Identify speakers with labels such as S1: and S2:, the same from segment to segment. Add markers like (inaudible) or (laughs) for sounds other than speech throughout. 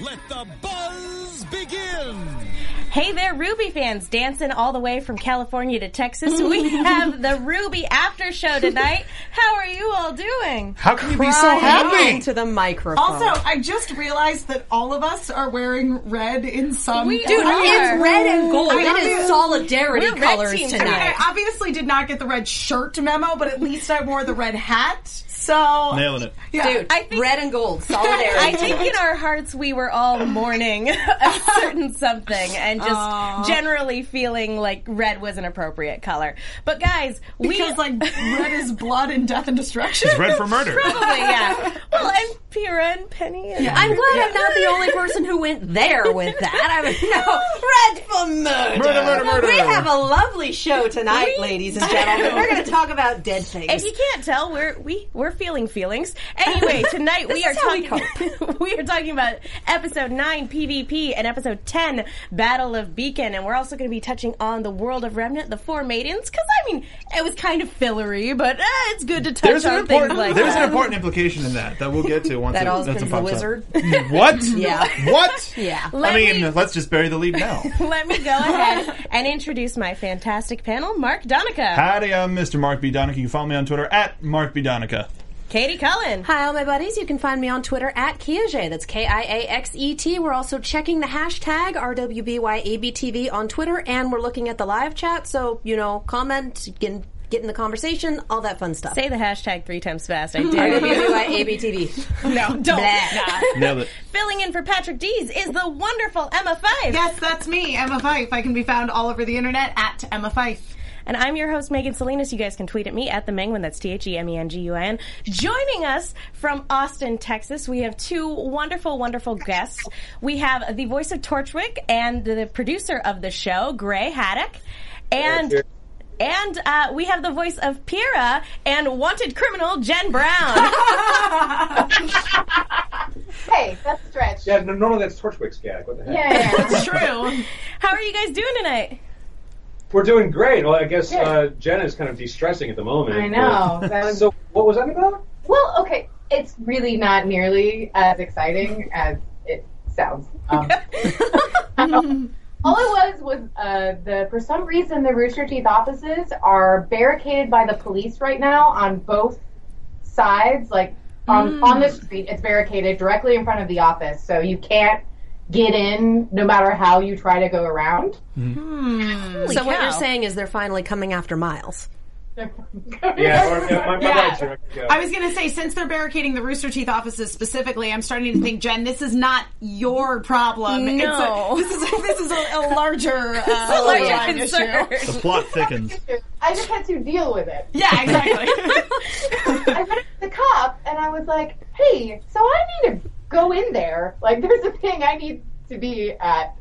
S1: let the buzz begin.
S2: Hey there, Ruby fans, dancing all the way from California to Texas. We have the Ruby After Show tonight. How are you all doing?
S3: How can you be so happy?
S4: to the microphone.
S5: Also, I just realized that all of us are wearing red in some.
S2: We
S5: Dude,
S2: are.
S4: it's red and gold.
S5: I
S4: That
S5: love
S4: is
S5: it.
S4: solidarity
S2: We're red
S4: colors
S2: team
S5: I mean,
S4: tonight.
S5: I obviously did not get the red shirt memo, but at least I wore the red hat. So
S6: Nailing it.
S5: yeah.
S4: Dude,
S2: I think-
S4: red and gold, solidarity.
S2: I think in our hearts we were all mourning (laughs) a certain something and just generally feeling like red was an appropriate color. But guys, we
S5: because like red is blood and death and destruction.
S6: Red for murder.
S2: (laughs) probably yeah. Well, and Pira and Penny and
S4: I'm glad I'm not the only person who went there with that. I mean, no, red for murder.
S6: Murder, murder, murder.
S4: We have a lovely show tonight,
S2: We
S4: ladies and gentlemen.
S2: do.
S4: We're going to talk about dead things.
S2: If you can't tell, we're we we're feeling feelings.
S4: (laughs)
S2: Anyway, tonight we are
S4: is how we
S2: talking. (laughs) we are talking about episode nine PvP and episode ten Battle of Beacon, and we're also going to be touching on the world of Remnant, the Four Maidens. Because I mean, it was kind of fillery, but uh, it's good to touch
S6: There's
S2: on
S6: an important
S2: things like
S6: there's
S2: that.
S6: an important implication in that that we'll get to once
S4: that
S6: it,
S4: all
S6: that's a
S4: the wizard.
S6: (laughs) What?
S4: Yeah.
S6: What?
S4: (laughs) Yeah.
S6: I
S2: Let
S6: mean,
S2: me-
S6: let's just bury the
S5: (laughs)
S6: lead now.
S2: Let me
S6: (laughs)
S2: go ahead and introduce my fantastic panel: Mark Donica,
S6: Howdy, I'm Mr. Mark B. Donica. You can follow me on Twitter at Mark B. Donica.
S2: Katie Cullen,
S4: Hi, all my buddies. You can find me on Twitter at Kiaxet. That's K I A X E T. We're also checking the hashtag RWBYABTV on Twitter, and we're looking at the live chat. So, you know, comment, get, get in the conversation, all that fun stuff.
S2: say the hashtag three times
S4: (laughs)
S2: fast. I dare you.
S4: RWBYABTV.
S2: No, don't.
S4: Blah.
S6: Nailed it.
S2: Filling in for Patrick Dees is the wonderful Emma Five.
S5: Yes, that's me, Emma Fife. I can be found all over the internet at Emma Fife.
S2: And I'm your host, Megan Salinas. You guys can tweet at me at the Menguin. That's T H E M E N G U I N. Joining us from Austin, Texas, we have two wonderful, wonderful guests. We have the voice of Torchwick and the producer of the show, Gray Haddock. And. And uh, we have the voice of Pira and wanted criminal Jen Brown.
S7: Hey, that's a stretch.
S8: Yeah, no, normally that's Torchwick's gag. What the heck?
S5: It's true.
S2: How are you guys doing tonight?
S8: We're doing great. Well, I guess
S7: Good.
S8: uh, Jenna is kind of de-stressing at the moment. (laughs)
S7: I know. That
S8: But-
S7: was
S8: So what was that about?
S7: well. Okay, it's really not nearly as exciting as it sounds. Um, (laughs) all it was was uh, the for some reason the Rooster Teeth offices are barricaded by the police right now on both sides, like on on the street. It's barricaded directly in front of the office, so you can't get in no matter how you try to go around.
S4: So what
S2: cow.
S4: you're saying is they're finally coming after Miles.
S8: Yeah, or, yeah, my, my
S5: Yeah.
S8: rights are up to go.
S5: I was going to say, since they're barricading the Rooster Teeth offices specifically, I'm starting to think, Jen, this is not your problem. It's a-
S2: No.
S5: this is a, this is a, a
S2: (laughs)
S5: larger, uh,
S2: Larger
S5: line
S2: concern.
S5: issue. (laughs)
S6: The plot thickens.
S7: I just had to deal with it.
S5: Yeah, exactly.
S7: I went up to the cop and I was like, "Hey, so I need to go in there. Like, there's a thing I need to be at."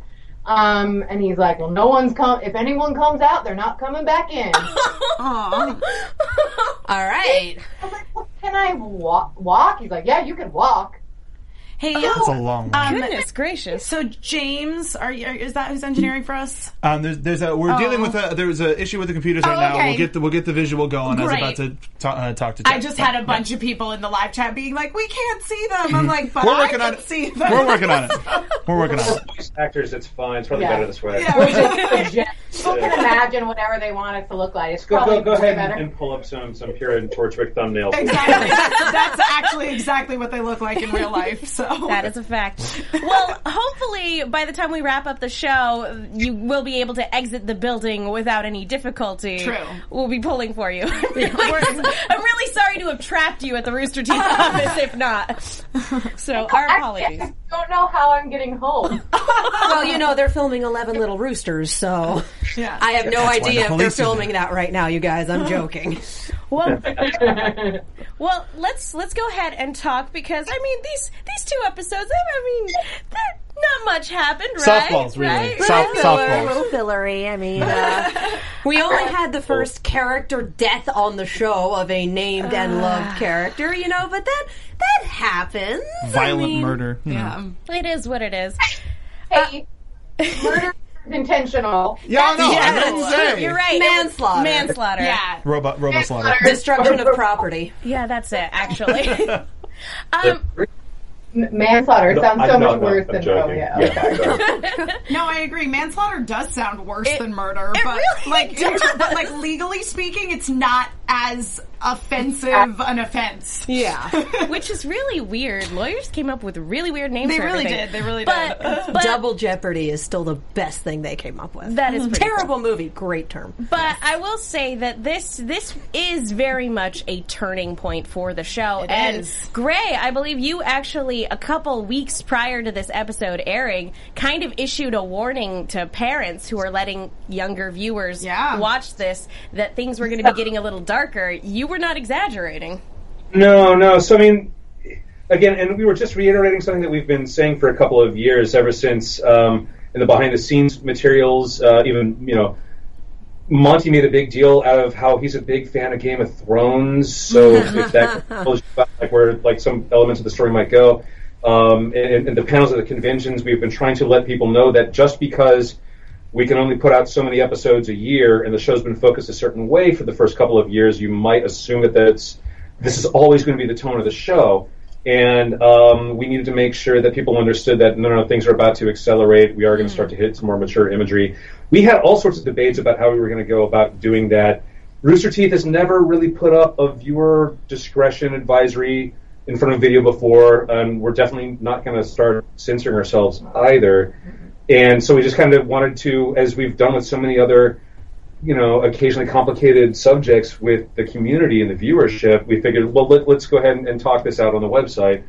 S7: Um, and he's like, "Well, no one's come. If anyone comes out, they're not coming back in." I
S4: All right.
S7: was like, well, "Can I walk?" Walk? He's like, "Yeah, you can walk."
S5: hey, um,
S6: That's a long
S5: Oh,
S6: one.
S2: Oh, Goodness gracious.
S5: so James, are you, is that who's engineering for us?
S6: Um, there's, there's a we're dealing with a there's an issue with the computers right
S5: Oh,
S6: now.
S5: okay.
S6: We'll get the we'll get the visual going. I
S5: Great.
S6: was about to ta- uh, talk to.
S5: I
S6: Jen.
S5: just had a bunch of people in the live chat being like, "We can't see them." I'm like, "But
S6: Hmm. We're
S5: I
S6: working
S5: can
S6: on it.
S5: see them." (laughs)
S6: We're working on it. We're working on it.
S8: Voice actors, it's fine. It's probably
S7: Yeah.
S8: better this way.
S5: Yeah.
S7: People can imagine whatever they want it to look like. It's
S8: Go,
S7: probably
S8: go, go ahead
S7: better.
S8: and, and pull up some some Puritan Torchwick thumbnails.
S5: Exactly. That's actually exactly what they look like in real life. So
S2: That is a fact. Well, hopefully, by the time we wrap up the show, you will be able to exit the building without any difficulty.
S5: True.
S2: We'll be pulling for you. (laughs) I'm really sorry to have trapped you at the Rooster
S5: (laughs)
S2: Teeth office, if not. So, our apologies.
S7: I don't know how I'm getting home.
S4: (laughs) well, you know, they're filming 11 Little Roosters, so (laughs) I have no
S6: That's why
S4: idea
S6: the
S4: if they're
S6: police is
S4: filming that right now, you guys. (laughs) I'm joking.
S2: Well, well, let's let's go ahead and talk because I mean these these two episodes. I- I mean, they're- not much happened, right?
S6: Softballs, really.
S2: Right?
S6: Soft-
S2: Right?
S4: A
S6: softballs.
S4: little fillery. I mean, uh, (laughs) we only had the first character death on the show of a named and loved character, you know, but that that happens.
S6: Violent murder. Hmm. you know.
S2: It is what it is.
S7: Hey, murder is intentional.
S6: Yeah, I know. I didn't say.
S2: You're right.
S4: Manslaughter.
S2: Manslaughter.
S5: yeah.
S6: Robot, robot slaughter.
S4: Destruction of property.
S2: Yeah, that's it, actually. (laughs)
S8: They're-
S7: M- Manslaughter
S8: No,
S7: sounds
S8: I-
S7: so
S8: no,
S7: much
S8: no,
S7: worse
S8: I'm
S7: than
S8: joking.
S7: oh yeah.
S8: Yeah, sorry.
S5: No, I agree. Manslaughter does sound worse than murder, but
S2: really (laughs)
S5: like, in ter- but (laughs) like legally speaking, it's not as offensive an offense.
S4: Yeah.
S2: Which is really weird. Lawyers came up with really weird names
S5: They
S2: for
S5: really
S2: everything.
S5: did. They really
S2: But,
S5: did. (laughs)
S2: but
S4: Double Jeopardy is still the best thing they came up with.
S2: That is pretty
S4: terrible movie. Great term.
S2: But I will say that this this is very much a turning point for the show. and
S5: is.
S2: Gray, I believe you actually a couple weeks prior to this episode airing, kind of issued a warning to parents who are letting younger viewers
S5: Yeah.
S2: watch this that things were going to be getting a little darker. You were not exaggerating.
S8: No, no. So I mean, again, and we were just reiterating something that we've been saying for a couple of years, ever since um, in the behind-the-scenes materials. Uh, even you know, Monty made a big deal out of how he's a big fan of Game of Thrones. So if that tells you about, like where like some elements of the story might go, um, and, and the panels at the conventions, we've been trying to let people know that just because we can only put out so many episodes a year, and the show's been focused a certain way for the first couple of years. You might assume that that's this is always going to be the tone of the show, and um, we needed to make sure that people understood that no, no, things are about to accelerate. We are going to start to hit some more mature imagery. We had all sorts of debates about how we were going to go about doing that. Rooster Teeth has never really put up a viewer discretion advisory in front of video before, and we're definitely not going to start censoring ourselves either. And so we just kind of wanted to, as we've done with so many other, you know, occasionally complicated subjects with the community and the viewership, we figured, well, let, let's go ahead and, and talk this out on the website.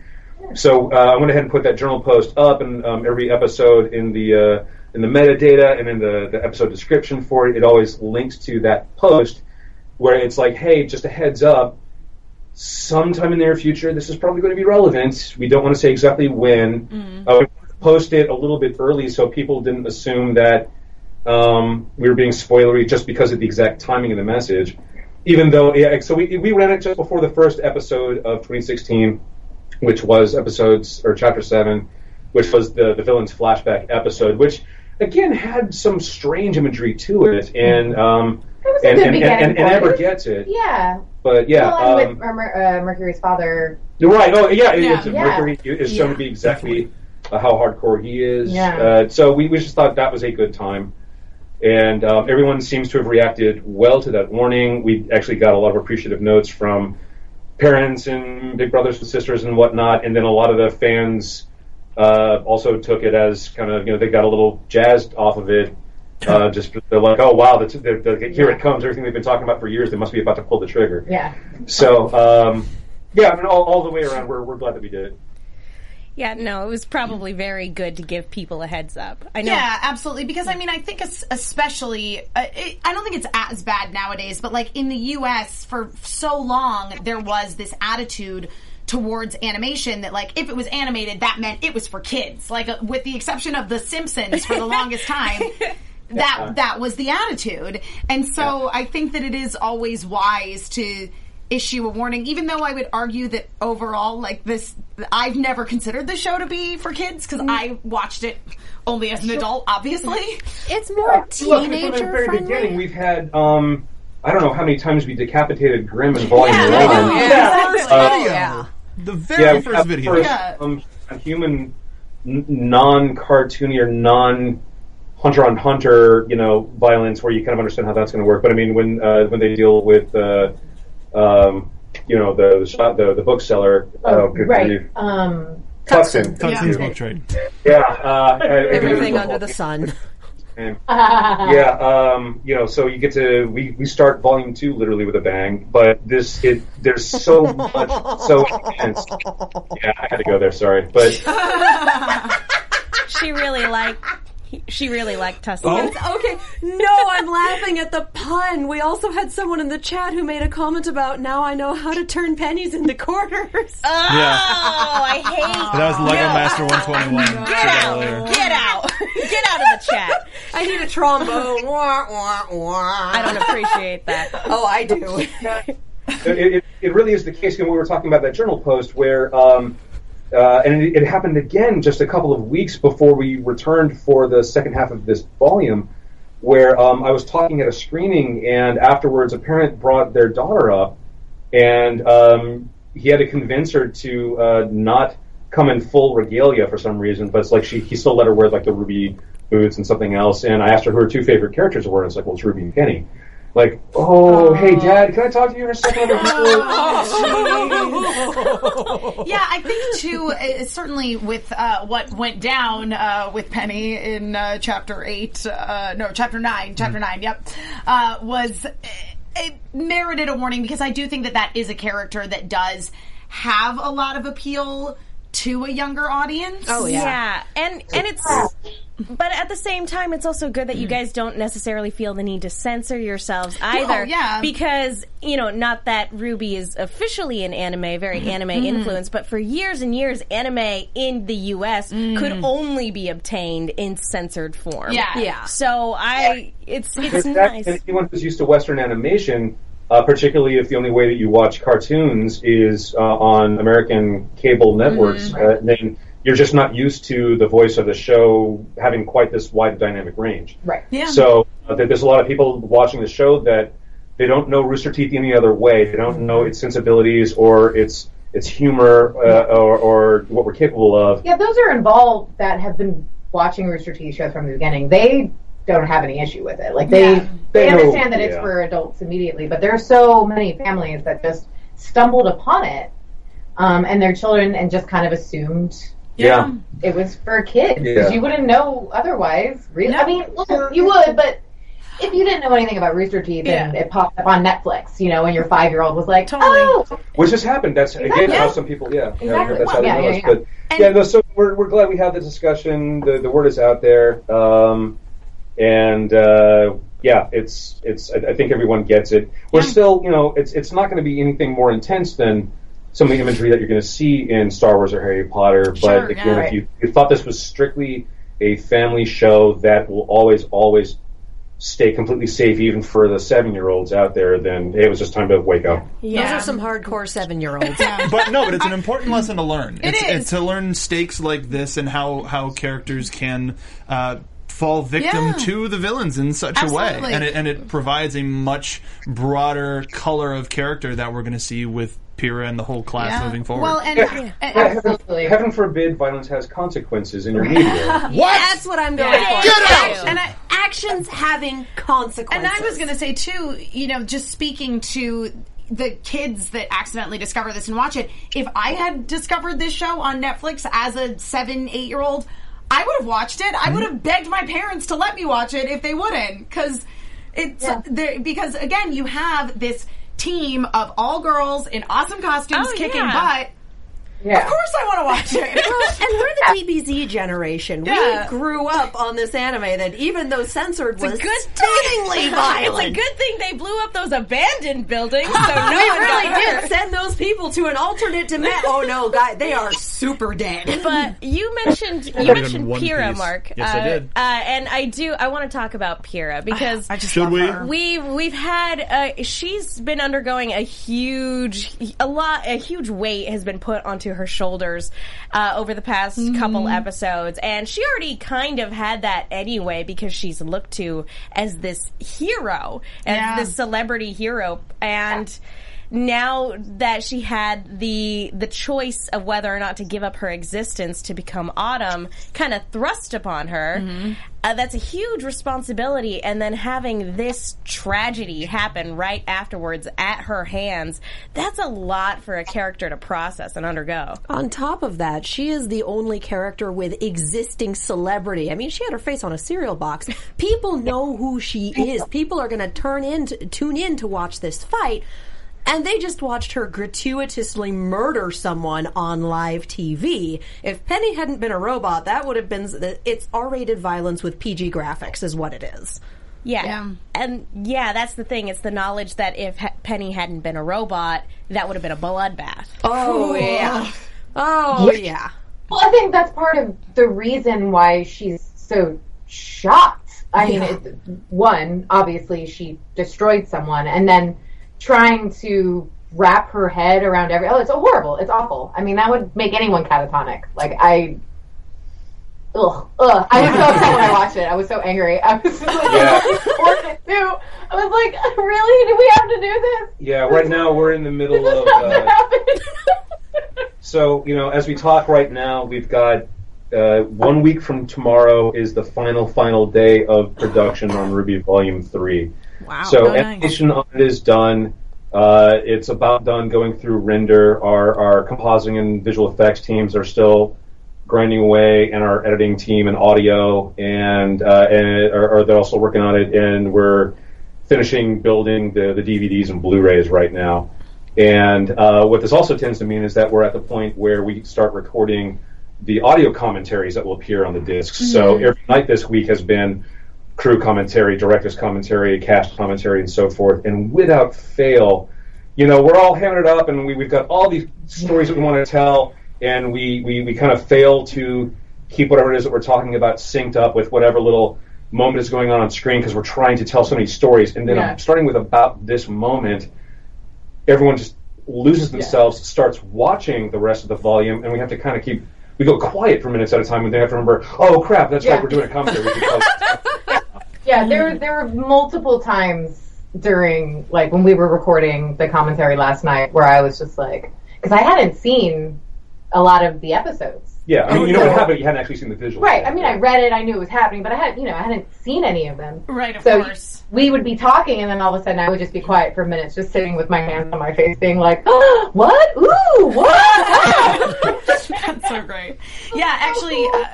S8: So uh, I went ahead and put that journal post up, and um, every episode in the uh, in the metadata and in the, the episode description for it, it always links to that post where it's like, hey, just a heads up, sometime in the near future, this is probably going to be relevant. We don't want to say exactly when.
S7: Mm-hmm.
S8: Uh, we post it a little bit early so people didn't assume that um, we were being spoilery just because of the exact timing of the message. Even though, yeah, so we, we ran it just before the first episode of 2016, which was episodes or chapter seven, which was the the villain's flashback episode, which again had some strange imagery to it, and um,
S7: was Mm-hmm. a good
S8: and, and, and,
S7: beginning
S8: and, and
S7: point.
S8: Amber gets it,
S7: Yeah.
S8: but yeah,
S7: well, and
S8: um,
S7: with uh, Mer- uh, Mercury's father.
S8: you're Right. Oh, yeah. it-
S5: Yeah.
S8: It's,
S7: Yeah.
S8: Mercury is shown to be exactly uh, how hardcore he is.
S7: Yeah.
S8: Uh, so we, we just thought that was a good time. And um, everyone seems to have reacted well to that warning. We actually got a lot of appreciative notes from parents and big brothers and sisters and whatnot. And then a lot of the fans uh, also took it as kind of, you know, they got a little jazzed off of it. Uh, just they're like, oh wow, that's, they're, they're, here it comes! Everything they've been talking about for years, they must be about to pull the trigger.
S7: Yeah.
S8: So, um, yeah, I mean, all, all the way around, we're, we're glad that we did it.
S2: Yeah, no, it was probably very good to give people a heads up. I know
S5: Yeah, absolutely. Because I mean, I think es- especially, uh, it, I don't think it's as bad nowadays, but like in the U.S. for so long, there was this attitude towards animation that like if it was animated, that meant it was for kids. Like uh, with the exception of The Simpsons
S2: (laughs)
S5: for the longest time. That that was the attitude, and so I think that it is always wise to issue a warning, even though I would argue that overall, like this, I've never considered the show to be for kids because I watched it only as an adult, obviously.
S4: It's more
S8: Look, from the very beginning, we've had, um, I don't know how many times we decapitated Grimm in Volume 1.
S6: First video.
S4: yeah.
S6: The very
S8: we
S6: Uh, first
S8: have
S6: video.
S8: um, first,
S5: Yeah.
S8: um, a human, n- non-cartoony or non hunter on hunter, you know, violence where you kind of understand how that's going to work. But I mean, when uh, when they deal with, uh, um, you know, the the, shop- the, the bookseller,
S7: Oh,
S8: uh, good
S7: right.
S8: grief.
S7: Um,
S8: Tuxton.
S6: Tuxton's book trade.
S8: Yeah. Uh, I- I-
S4: Everything under the sun.
S8: name. yeah, um, you know, so you get to we, we start volume two literally with a bang, but this it there's so much so intense. Yeah, I had to go there. Sorry, but
S2: She really liked. he- She really liked Tuscan.
S6: Oh.
S4: Okay, no, I'm laughing at the pun. We also had someone in the chat who made a comment about now I know how to turn pennies into quarters.
S6: Yeah.
S2: Oh, I hate.
S6: That was Lego
S5: (laughs)
S6: Master 121. Said that earlier.
S2: Get out! Get out of the chat.
S4: I need a trombone. (laughs) Wah, wah, wah.
S2: I don't appreciate that.
S4: Oh, I (laughs) do.
S8: it, it, it really is the case. And we were talking about that journal post where, um, uh, and it, it happened again just a couple of weeks before we returned for the second half of this volume, where um, I was talking at a screening, and afterwards a parent brought their daughter up, and um, he had to convince her to uh, not come in full regalia for some reason, but it's like she he still let her wear like the ruby boots and something else. And I asked her who her two favorite characters were, and it's like, well, it's Ruby and Penny. Like, oh, hey, Dad, can I talk to you for a second?
S5: Yeah, I think too. uh, certainly with uh, what went down uh, with Penny in uh, chapter eight, uh, no, chapter nine, chapter nine. Yep, uh, was uh, it merited a warning because I do think that that is a character that does have a lot of appeal to a younger audience. Oh
S2: Yeah, and and it's. But at the same time, it's also good that you guys don't necessarily feel the need to censor yourselves either.
S5: yeah.
S2: Because, you know, not that Ruby is officially an anime, very anime influence, but for years and years, anime in the US could only be obtained in censored form.
S5: Yeah.
S4: Yeah.
S2: So I, it's, it's
S8: In fact,
S2: nice.
S8: Anyone who's used to Western animation, uh, particularly if the only way that you watch cartoons is uh, on American cable networks, uh, then you're just not used to the voice of the show having quite this wide dynamic range.
S7: right.
S5: Yeah.
S8: So uh, there- there's a lot of people watching the show that they don't know Rooster Teeth any other way. They don't know its sensibilities or its its humor uh, or, or what we're capable of.
S7: Yeah, those are involved that have been watching Rooster Teeth shows from the beginning. They don't have any issue with it. Like they
S5: Yeah.
S7: they,
S8: They know-
S7: understand that it's
S8: yeah.
S7: for adults immediately, but there are so many families that just stumbled upon it um, and their children and just kind of assumed
S8: Yeah.
S7: it was for kids. 'cause
S8: Yeah.
S7: You wouldn't know otherwise. Really,
S5: No.
S7: I mean, well, you would, but if you didn't know anything about Rooster Teeth and
S5: Yeah.
S7: it popped up on Netflix, you know, and your five year old was like,
S5: Totally.
S7: "Oh,
S8: Which has happened. That's again
S7: Exactly.
S8: how some people, yeah, yeah,
S7: Exactly.
S8: that's how
S7: Well,
S8: they
S7: yeah,
S8: know us.
S7: yeah, yeah.
S8: But yeah, no, so we're, we're glad we had the discussion. The the word is out there, um, and uh, yeah, it's it's. I, I think everyone gets it. We're still, you know, it's it's not going to be anything more intense than some of the imagery that you're going to see in Star Wars or Harry Potter.
S5: Sure,
S8: but again,
S5: yeah.
S8: if you, you thought this was strictly a family show, that will always always stay completely safe, even for the seven year olds out there. Then it was just time to wake up.
S4: Those are some hardcore seven year olds.
S6: But no, but it's an important lesson to learn. it's,
S5: is.
S6: it's to learn stakes like this and how how characters can uh, fall victim
S5: Yeah.
S6: to the villains in such a
S5: Absolutely.
S6: way, and it and it provides a much broader color of character that we're going to see with Pira and the whole class moving forward.
S5: Well, and, and-
S8: Yeah,
S5: and-
S8: heaven,
S7: Absolutely.
S8: heaven forbid violence has consequences in your media.
S4: That's what I'm going for.
S6: Get out!
S4: And I, actions having consequences.
S5: And I was going to say too, you know, just speaking to the kids that accidentally discover this and watch it. If I had discovered this show on Netflix as a seven, eight year old, I would have watched it. I would have begged my parents to let me watch it if they wouldn't, because it's there because again, you have this team of all girls in awesome costumes
S2: Oh,
S5: kicking
S2: yeah.
S5: butt.
S7: yeah."
S5: Of course, I want to
S2: (laughs)
S5: watch it.
S4: and we're the DBZ generation.
S5: Yeah.
S4: We grew up on this anime that even though censored was
S2: good
S4: stunningly
S2: (laughs)
S4: violent.
S2: It's a good thing they blew up those abandoned (laughs) buildings, so no one got
S4: really
S2: hurt.
S4: did send those people to an alternate dimension. Oh no, guy, they are super dead.
S2: But you mentioned you
S6: did
S2: mentioned
S6: One
S2: Pira,
S6: Piece.
S2: Mark.
S6: Yes, I
S2: uh,
S6: did.
S2: Uh, and I do. I want to talk about Pira because
S5: I just
S6: Should
S5: love
S6: we?
S5: her.
S2: we we've had uh, she's been undergoing a huge a lot a huge weight has been put onto her shoulders uh, over the past couple episodes and she already kind of had that anyway because she's looked to as this hero as
S5: Yeah.
S2: this celebrity hero and now that she had the the choice of whether or not to give up her existence to become Autumn, kind of thrust upon her. Uh, that's a huge responsibility, and then having this tragedy happen right afterwards at her hands—that's a lot for a character to process and undergo.
S4: (laughs) On top of that, she is the only character with existing celebrity. I mean, she had her face on a cereal box. People know who she is. People are going to turn in, to, tune in to watch this fight, and they just watched her gratuitously murder someone on live TV. If Penny hadn't been a robot, that would have been it's R-rated violence with PG graphics, is what it is.
S2: Yeah. And yeah, that's the thing. It's the knowledge that if ha- Penny hadn't been a robot, that would have been a bloodbath.
S4: Oh yeah. Oh yeah.
S7: Well, I think that's part of the reason why she's so shocked. I mean, it, one, obviously she destroyed someone, and then trying to wrap her head around every. Oh, it's horrible. It's awful. I mean, that would make anyone catatonic. Like, I. Ugh, ugh. I was so upset when I watched it. I was so angry. I was just like,
S8: Yeah.
S7: what did it do? I was like, (laughs) really? Do we have to do this?
S8: Yeah, right now we're in
S7: (laughs)
S8: the middle of.
S7: How's it
S8: Uh,
S7: happen? (laughs)
S8: So, you know, as we talk right now, we've got uh, one week from tomorrow is the final, final day of production on Ruby Volume 3. Wow. So,
S5: Oh, nice.
S8: animation on it is done. Uh, it's about done going through render. Our, our compositing and visual effects teams are still grinding away, and our editing team and audio, and, uh, and are, are they're also working on it, and we're finishing building the, the DVDs and Blu-rays right now. And uh, what this also tends to mean is that we're at the point where we start recording the audio commentaries that will appear on the discs. So every night this week has been crew commentary, director's commentary, cast commentary, and so forth. And without fail, you know, we're all hammering it up, and we, we've got all these stories that we want to tell, and we, we, we kind of fail to keep whatever it is that we're talking about synced up with whatever little moment is going on on screen because we're trying to tell so many stories. And then
S7: Yeah.
S8: starting with about this moment, everyone just loses themselves, starts watching the rest of the volume, and we have to kind of keep. We go quiet for minutes at a time, and they have to remember, oh crap, that's
S7: Yeah.
S8: right, we're doing a commentary.
S7: (laughs)
S8: because-
S7: Yeah, there there were multiple times during like when we were recording the commentary last night where I was just like because I hadn't seen a lot of the episodes.
S8: yeah, I mean, you know
S7: Yeah.
S8: what happened, you hadn't actually seen the visual.
S7: Right. I mean, I read it, I knew it was happening, but I had you know I hadn't seen any of them.
S5: Right, of
S7: So
S5: course.
S7: we would be talking, and then all of a sudden I would just be quiet for minutes, just sitting with my hands on my face, being like, (gasps) oh, "What? Ooh, what?"
S5: (laughs) That's so great. Yeah, actually, uh,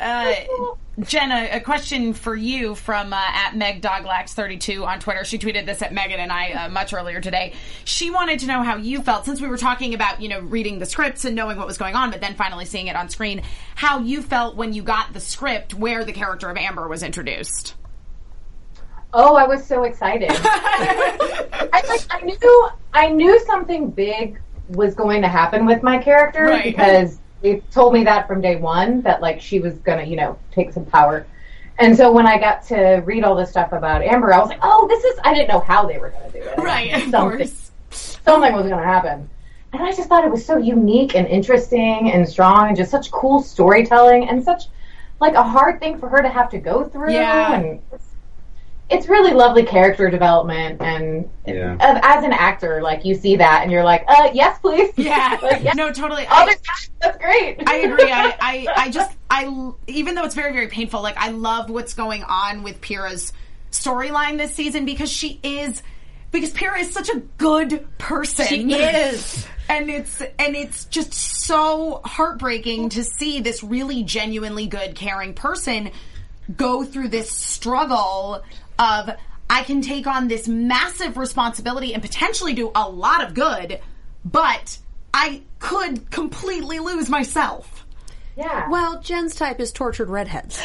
S5: uh, Jen, a, a question for you from uh, at Meg Doglax32 on Twitter. She tweeted this at Megan and I uh, much earlier today. She wanted to know how you felt since we were talking about you know reading the scripts and knowing what was going on, but then finally seeing it on screen. How you felt when you got the script where the character of Amber was introduced?
S7: Oh, I was
S5: (laughs)
S7: so excited. I, like, I knew I knew something big was going to happen with my character
S5: Right.
S7: because they told me that from day one that like she was gonna you know take some power. And so when I got to read all this stuff about Amber, I was like, oh, this is I didn't know how they were gonna do it.
S5: Right, of
S7: something
S5: course.
S7: something was gonna happen. And I just thought it was so unique and interesting and strong and just such cool storytelling and such like a hard thing for her to have to go through
S5: Yeah.
S7: and it's really lovely character development and
S8: Yeah.
S7: uh, as an actor like you see that and you're like uh yes please
S5: (laughs) Yeah.
S7: (laughs) like, yes,
S5: No, totally.
S7: all
S5: I-
S7: the
S5: (laughs)
S7: time. that's great
S5: I agree. I, I, I just, I, l- even though it's very, very painful, like, I love what's going on with Pyrrha's storyline this season because she is, because Pyrrha is such a good person. She is. And it's and it's just so heartbreaking to see this really genuinely good, caring person go through this struggle of I can take on this massive responsibility and potentially do a lot of good, but I could completely lose myself.
S7: (laughs) yeah
S4: Well, Jen's type is tortured redheads.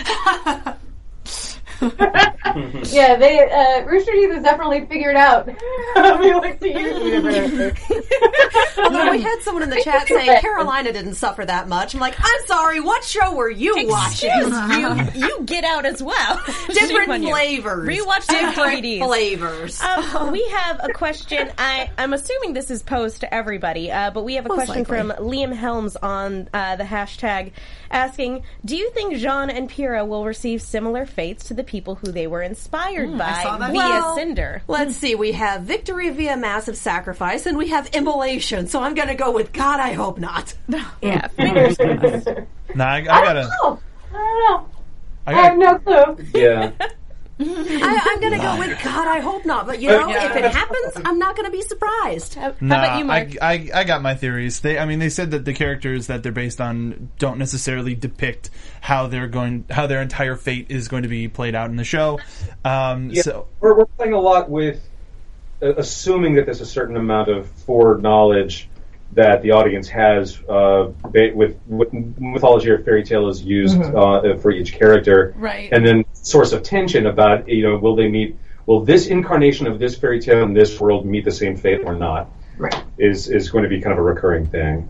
S7: yeah they uh rooster teeth has definitely
S5: (laughs)
S7: figured out (laughs) how we like to use it.
S4: Although we had someone in the chat saying Carolina didn't suffer that much. I'm like, I'm sorry. What show were you watching? (laughs)
S2: you, you get out as well. Shame
S4: Different
S2: on you.
S4: flavors.
S2: Rewatch
S4: different
S2: DVDs.
S4: flavors.
S2: Um, we have a question. I, I'm assuming this is posed to everybody, uh, but we have a
S4: Most
S2: question
S4: likely.
S2: from Liam Helms on uh, the hashtag asking Do you think Jean and Pyrrha will receive similar fates to the people who they were inspired
S4: Mm,
S2: by
S4: I saw that.
S2: via
S4: Well,
S2: Cinder.
S4: Let's see. We have victory via massive sacrifice, and we have immolation. So I'm going to go with God. I hope
S2: (laughs)
S4: not.
S2: Yeah.
S6: Nah, I, I gotta.
S7: I
S6: I
S5: Oh,
S6: gotta
S7: no clue. (laughs)
S6: yeah.
S4: I, I'm going to go with God. I hope not. But you know,
S6: Yeah.
S4: if it happens, I'm not going to be surprised.
S2: Oh,
S4: How,
S6: Nah, I, I, I got my theories. They, I mean, they said that the characters that they're based on don't necessarily depict how they're going, how their entire fate is going to be played out in the show. Um,
S8: Yeah,
S6: So
S8: we're, we're playing a lot with uh, assuming that there's a certain amount of foreknowledge that the audience has uh, ba- with, with mythology or fairy tale is used uh, for each character,
S5: Right.
S8: And then source of tension about you know will they meet will this incarnation of this fairy tale in this world meet the same fate or not
S7: Right.
S8: is is going to be kind of a recurring thing.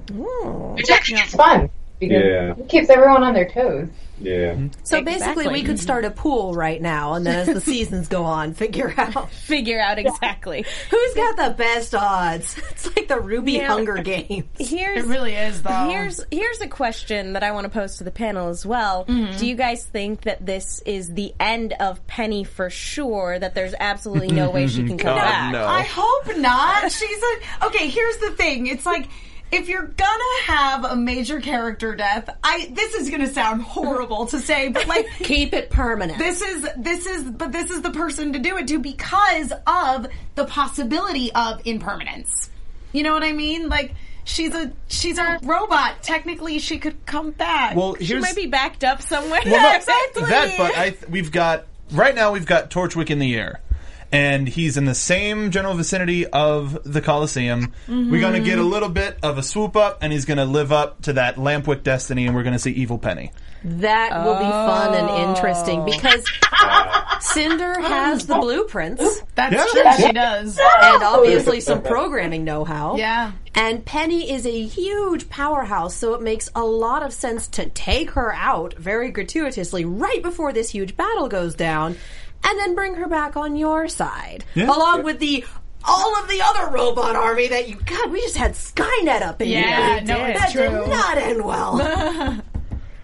S7: Which actually is fun because
S8: Yeah.
S7: it keeps everyone on their toes.
S8: Yeah.
S4: So basically, we could start a pool right now, and then as the seasons go on, figure
S2: (laughs)
S4: out
S2: figure out exactly.
S4: who's got the best odds. (laughs) It's like the Ruby
S2: Yeah.
S4: Hunger Games.
S2: Here's
S5: It really is, though.
S2: Here's here's a question that I want to pose to the panel as well.
S4: Mm-hmm.
S2: Do you guys think that this is the end of Penny for sure? That there's absolutely no way
S6: (laughs)
S2: she can come
S6: God,
S2: back.
S6: no.
S5: I hope not. She's a okay. Here's the thing. It's like if you're gonna have a major character death, I this is gonna sound horrible to say, but like
S4: (laughs) Keep it permanent.
S5: this is this is but this is the person to do it to because of the possibility of impermanence. You know what I mean? Like she's a she's a robot. Technically, she could come back.
S6: Well,
S2: She
S6: here's-
S2: might be backed up somewhere.
S6: Well,
S2: (laughs)
S6: not
S2: exactly.
S6: That, but I, th- we've got right now we've got Torchwick in the air, and he's in the same general vicinity of the Coliseum. We're gonna
S2: Mm-hmm.
S6: get a little bit of a swoop up, and he's gonna live up to that Lampwick destiny, and we're gonna see Evil Penny.
S4: That will be fun and interesting because Cinder has the blueprints
S5: That's
S6: Yeah.
S5: true. She does.
S4: and obviously some programming know-how.
S5: Yeah.
S4: And Penny is a huge powerhouse, so it makes a lot of sense to take her out very gratuitously right before this huge battle goes down and then bring her back on your side
S6: Yeah.
S4: along with the all of the other robot army that you God, we just had Skynet up in
S5: Yeah,
S4: here.
S5: no, it's
S4: that
S5: true.
S4: did not end
S5: (laughs)
S4: well.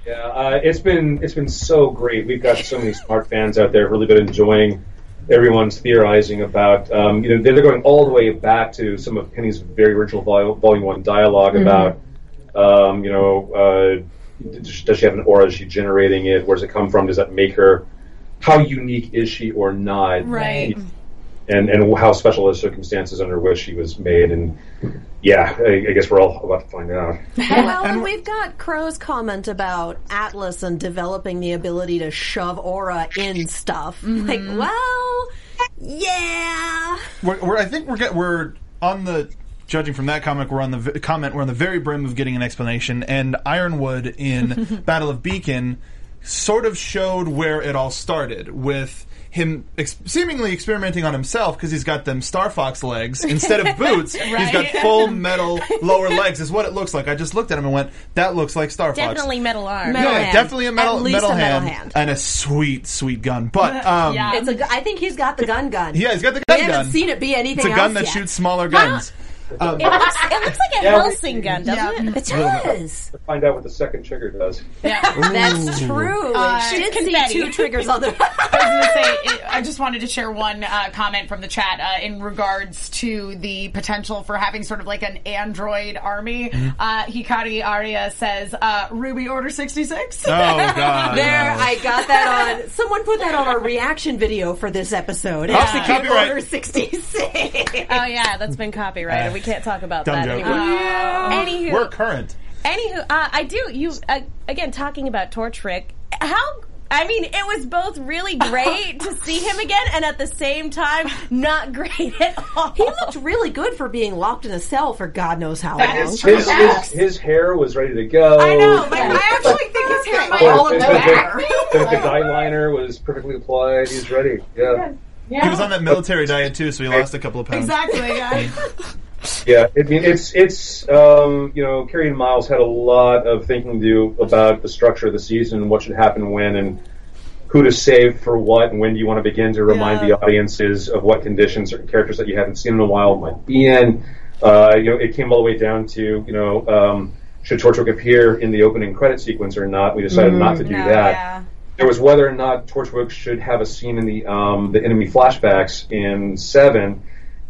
S8: Yeah, uh, it's been it's been so great. We've got so many smart fans out there. Really been enjoying everyone's theorizing about. Um, you know, they're going all the way back to some of Penny's very original volume, volume one dialog about. Um, you know, uh, does she- does she have an aura? Is she generating it? Where does it come from? Does that make her? How unique is she or not?
S5: Right.
S8: And and how special are the circumstances under which she was made? And yeah, I, I guess we're all about to find out.
S4: well, and we've got Crow's comment about Atlas and developing the ability to shove aura in stuff. Like, well, yeah.
S6: We're, we're, I think we're get, we're on the judging from that comic we're on the v- comment we're on the very brim of getting an explanation and Ironwood
S4: (laughs)
S6: in Battle of Beacon sort of showed where it all started with him ex- seemingly experimenting on himself because he's got them Star Fox legs instead
S4: (laughs)
S6: of boots he's got full metal lower legs is what it looks like I just looked at him and went that looks like Star Fox
S2: Definitely metal arm.
S4: Metal
S6: yeah,
S4: hand.
S6: definitely a metal
S4: At least
S6: metal,
S4: a metal
S6: hand,
S4: hand.
S6: and a sweet sweet gun
S4: (laughs)
S6: but um
S5: Yeah.
S4: It's a gu- I think he's got the gun gun.
S6: yeah he's got the
S4: We
S6: gun
S4: haven't
S6: gun
S4: seen it be anything
S6: it's a
S4: else
S6: gun that
S4: yet.
S6: shoots smaller guns
S2: It looks, it looks like a Helsing gun, doesn't
S5: Yeah.
S2: it?
S4: It does.
S8: Find out what the second trigger does.
S4: That's true.
S5: Uh,
S4: she did
S2: confetti.
S4: see two triggers on the.
S5: I was going to say, I just wanted to share one uh, comment from the chat uh, in regards to the potential for having sort of like an android army. Uh, Hikari Aria says, uh, Ruby Order 66.
S6: Oh god. (laughs)
S4: There, I got that on. Someone put that on our reaction video for this episode. Actually,
S6: copyright.
S4: Order 66.
S2: (laughs) Oh yeah, that's
S6: (laughs)
S2: been copyrighted. We can't talk about
S6: Dumb
S2: that
S6: joke.
S2: anymore. Anywho,
S6: We're current.
S2: Anywho, uh, I do. You uh, again talking about Torchwick? How? I mean, it was both really great (laughs) to see him again, and at the same time, not great at all.
S4: He looked really good for being locked in a cell for God knows how
S5: That
S4: long.
S5: is true.
S8: His, his, his hair was ready to go.
S5: I know. Like, I actually think his hair might all look
S8: the,
S5: better.
S8: the, the, the eyeliner was perfectly applied. He's ready. Yeah,
S7: Yeah.
S6: He was on that military diet too, so he lost a couple of pounds.
S5: Exactly. Yeah.
S8: yeah. I mean, it's it's um, you know, Carrie and Miles had a lot of thinking to do about the structure of the season, what should happen when, and who to save for what, and when do you want to begin to remind
S5: Yeah.
S8: the audiences of what conditions certain characters that you haven't seen in a while might be in. Uh, you know, it came all the way down to you know, um, should Torchwick appear in the opening credit sequence or not? We decided not to do
S5: No,
S8: that.
S5: Mm-hmm. yeah.
S8: there was whether or not Torchwood should have a scene in the um, the enemy flashbacks in seven,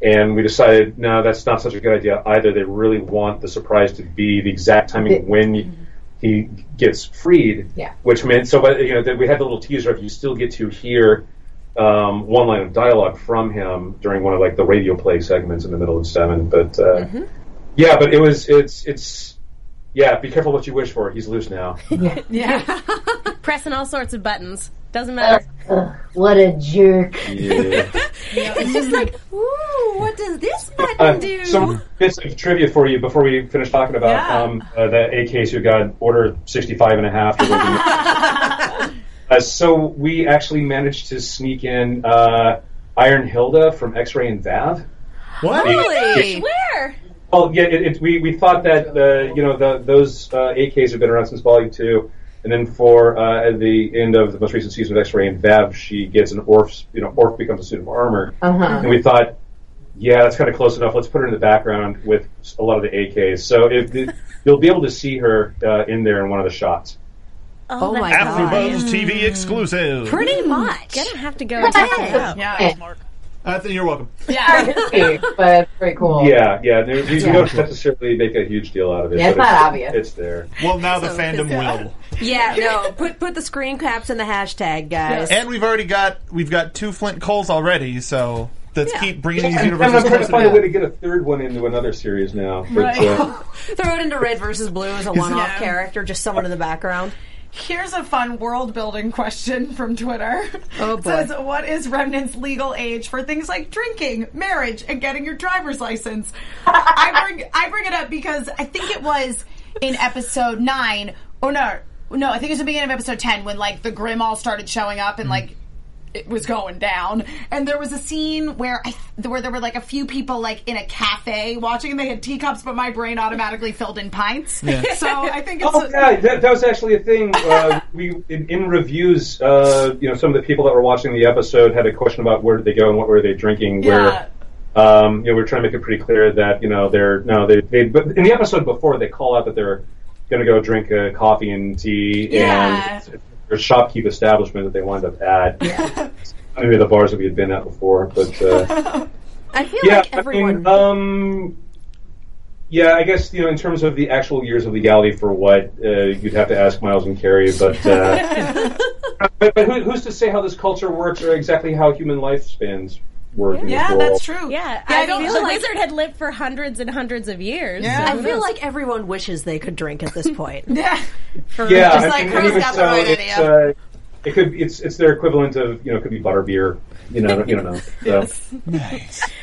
S8: and we decided no, that's not such a good idea either. They really want the surprise to be the exact timing of when you- he gets freed,
S7: Yeah.
S8: which meant so. But you know, that we had the little teaser of you still get to hear. Um, one line of dialogue from him during one of like the radio play segments in the middle of seven, but uh, yeah, but it was it's it's yeah. Be careful what you wish for. He's loose now.
S2: Pressing all sorts of buttons. Doesn't matter.
S8: Uh,
S7: What a jerk.
S8: Yeah.
S4: It's just like, ooh, what does this
S8: Uh,
S4: button do?
S8: some bits of trivia for you before we finish talking about
S4: Yeah.
S8: um, uh, the AKs who got order 65 and
S4: (laughs)
S8: a half. uh, so we actually managed to sneak in uh, Iron Hilda from X-Ray and Vav.
S6: What?
S5: Really?
S2: Where?
S8: Well, yeah, it, it, we, we thought that uh, you know the, those uh, AKs have been around since Volume Two, and then for uh, at the end of the most recent season of X-Ray and Vav, she gets an Orf. You know, Orf becomes a suit of armor,
S7: Uh-huh.
S8: and we thought, yeah, that's kind of close enough. Let's put her in the background with a lot of the AKs. So if the, you'll be able to see her uh, in there in one of the shots.
S4: oh my
S2: that's
S4: god.
S6: AfterBuzz TV exclusive.
S4: Pretty much.
S2: Gonna have to go and check that out.
S5: Yeah.
S6: I think you're welcome.
S7: (laughs)
S5: Yeah.
S7: but it's pretty cool.
S8: Yeah, yeah. there- You, you don't necessarily make a huge deal out of it.
S7: Yeah, it's
S8: but
S7: not obvious.
S8: It's there.
S6: Well, now the fandom will.
S4: (laughs) Yeah, no. Put put the screen caps in the hashtag, guys.
S6: And we've already got we've got two Flint Coles already, so let's keep bringing these
S8: And
S6: universes
S8: I'm trying to
S6: closer
S8: find a way to
S6: together.
S8: get a third one into another series now. But, uh,
S4: Throw it into Red versus Blue as a one-off
S5: Yeah.
S4: character, just someone in the background.
S5: Here's a fun world building question from Twitter.
S4: Oh,
S5: (laughs)
S4: boy.
S5: It Says, what is Remnant's legal age for things like drinking, marriage, and getting your driver's license? I bring
S4: (laughs)
S5: I bring it up because I think it was in episode nine. Oh no, no, I think it was the beginning of episode ten when like the Grim all started showing up
S4: Mm.
S5: and like it was going down and there was a scene where I where there were like a few people like in a cafe watching and they had teacups but my brain automatically filled in pints (laughs) so I think it's
S8: Oh yeah, that, that was actually a thing.
S5: (laughs)
S8: Uh, we in, in reviews, uh, you know, some of the people that were watching the episode had a question about where did they go and what were they drinking.
S5: uh,
S8: Where, um, you know, we are trying to make it pretty clear that you know they're no, they they. But in the episode before, they call out that they're going to go drink uh, coffee and tea
S5: Yeah.
S8: and their shopkeep establishment that they wind up at. Maybe the bars that we had been at before, but. Uh,
S4: (laughs) I feel
S8: yeah,
S4: like everyone.
S8: I mean, um, yeah, I guess you know, in terms of the actual years of legality for what uh, you'd have to ask Miles and Carrie, but uh,
S4: (laughs)
S8: but, but who, who's to say how this culture works or exactly how human lifespans work? in this
S5: Yeah,
S8: world?
S5: that's true.
S2: Yeah,
S5: I,
S2: I,
S5: don't
S2: feel
S5: the
S2: like
S5: lizard.
S2: Lizard had lived for hundreds and hundreds of years.
S5: Yeah.
S4: I feel like everyone wishes they could drink at this point.
S5: Yeah.
S8: Yeah,
S5: Just
S8: and-
S5: like
S8: and
S5: Crow's
S8: even
S5: got the
S8: so,
S5: right
S8: it's,
S5: idea.
S8: uh, it could it's it's their equivalent of you know it could be butterbeer, you know you don't know. So,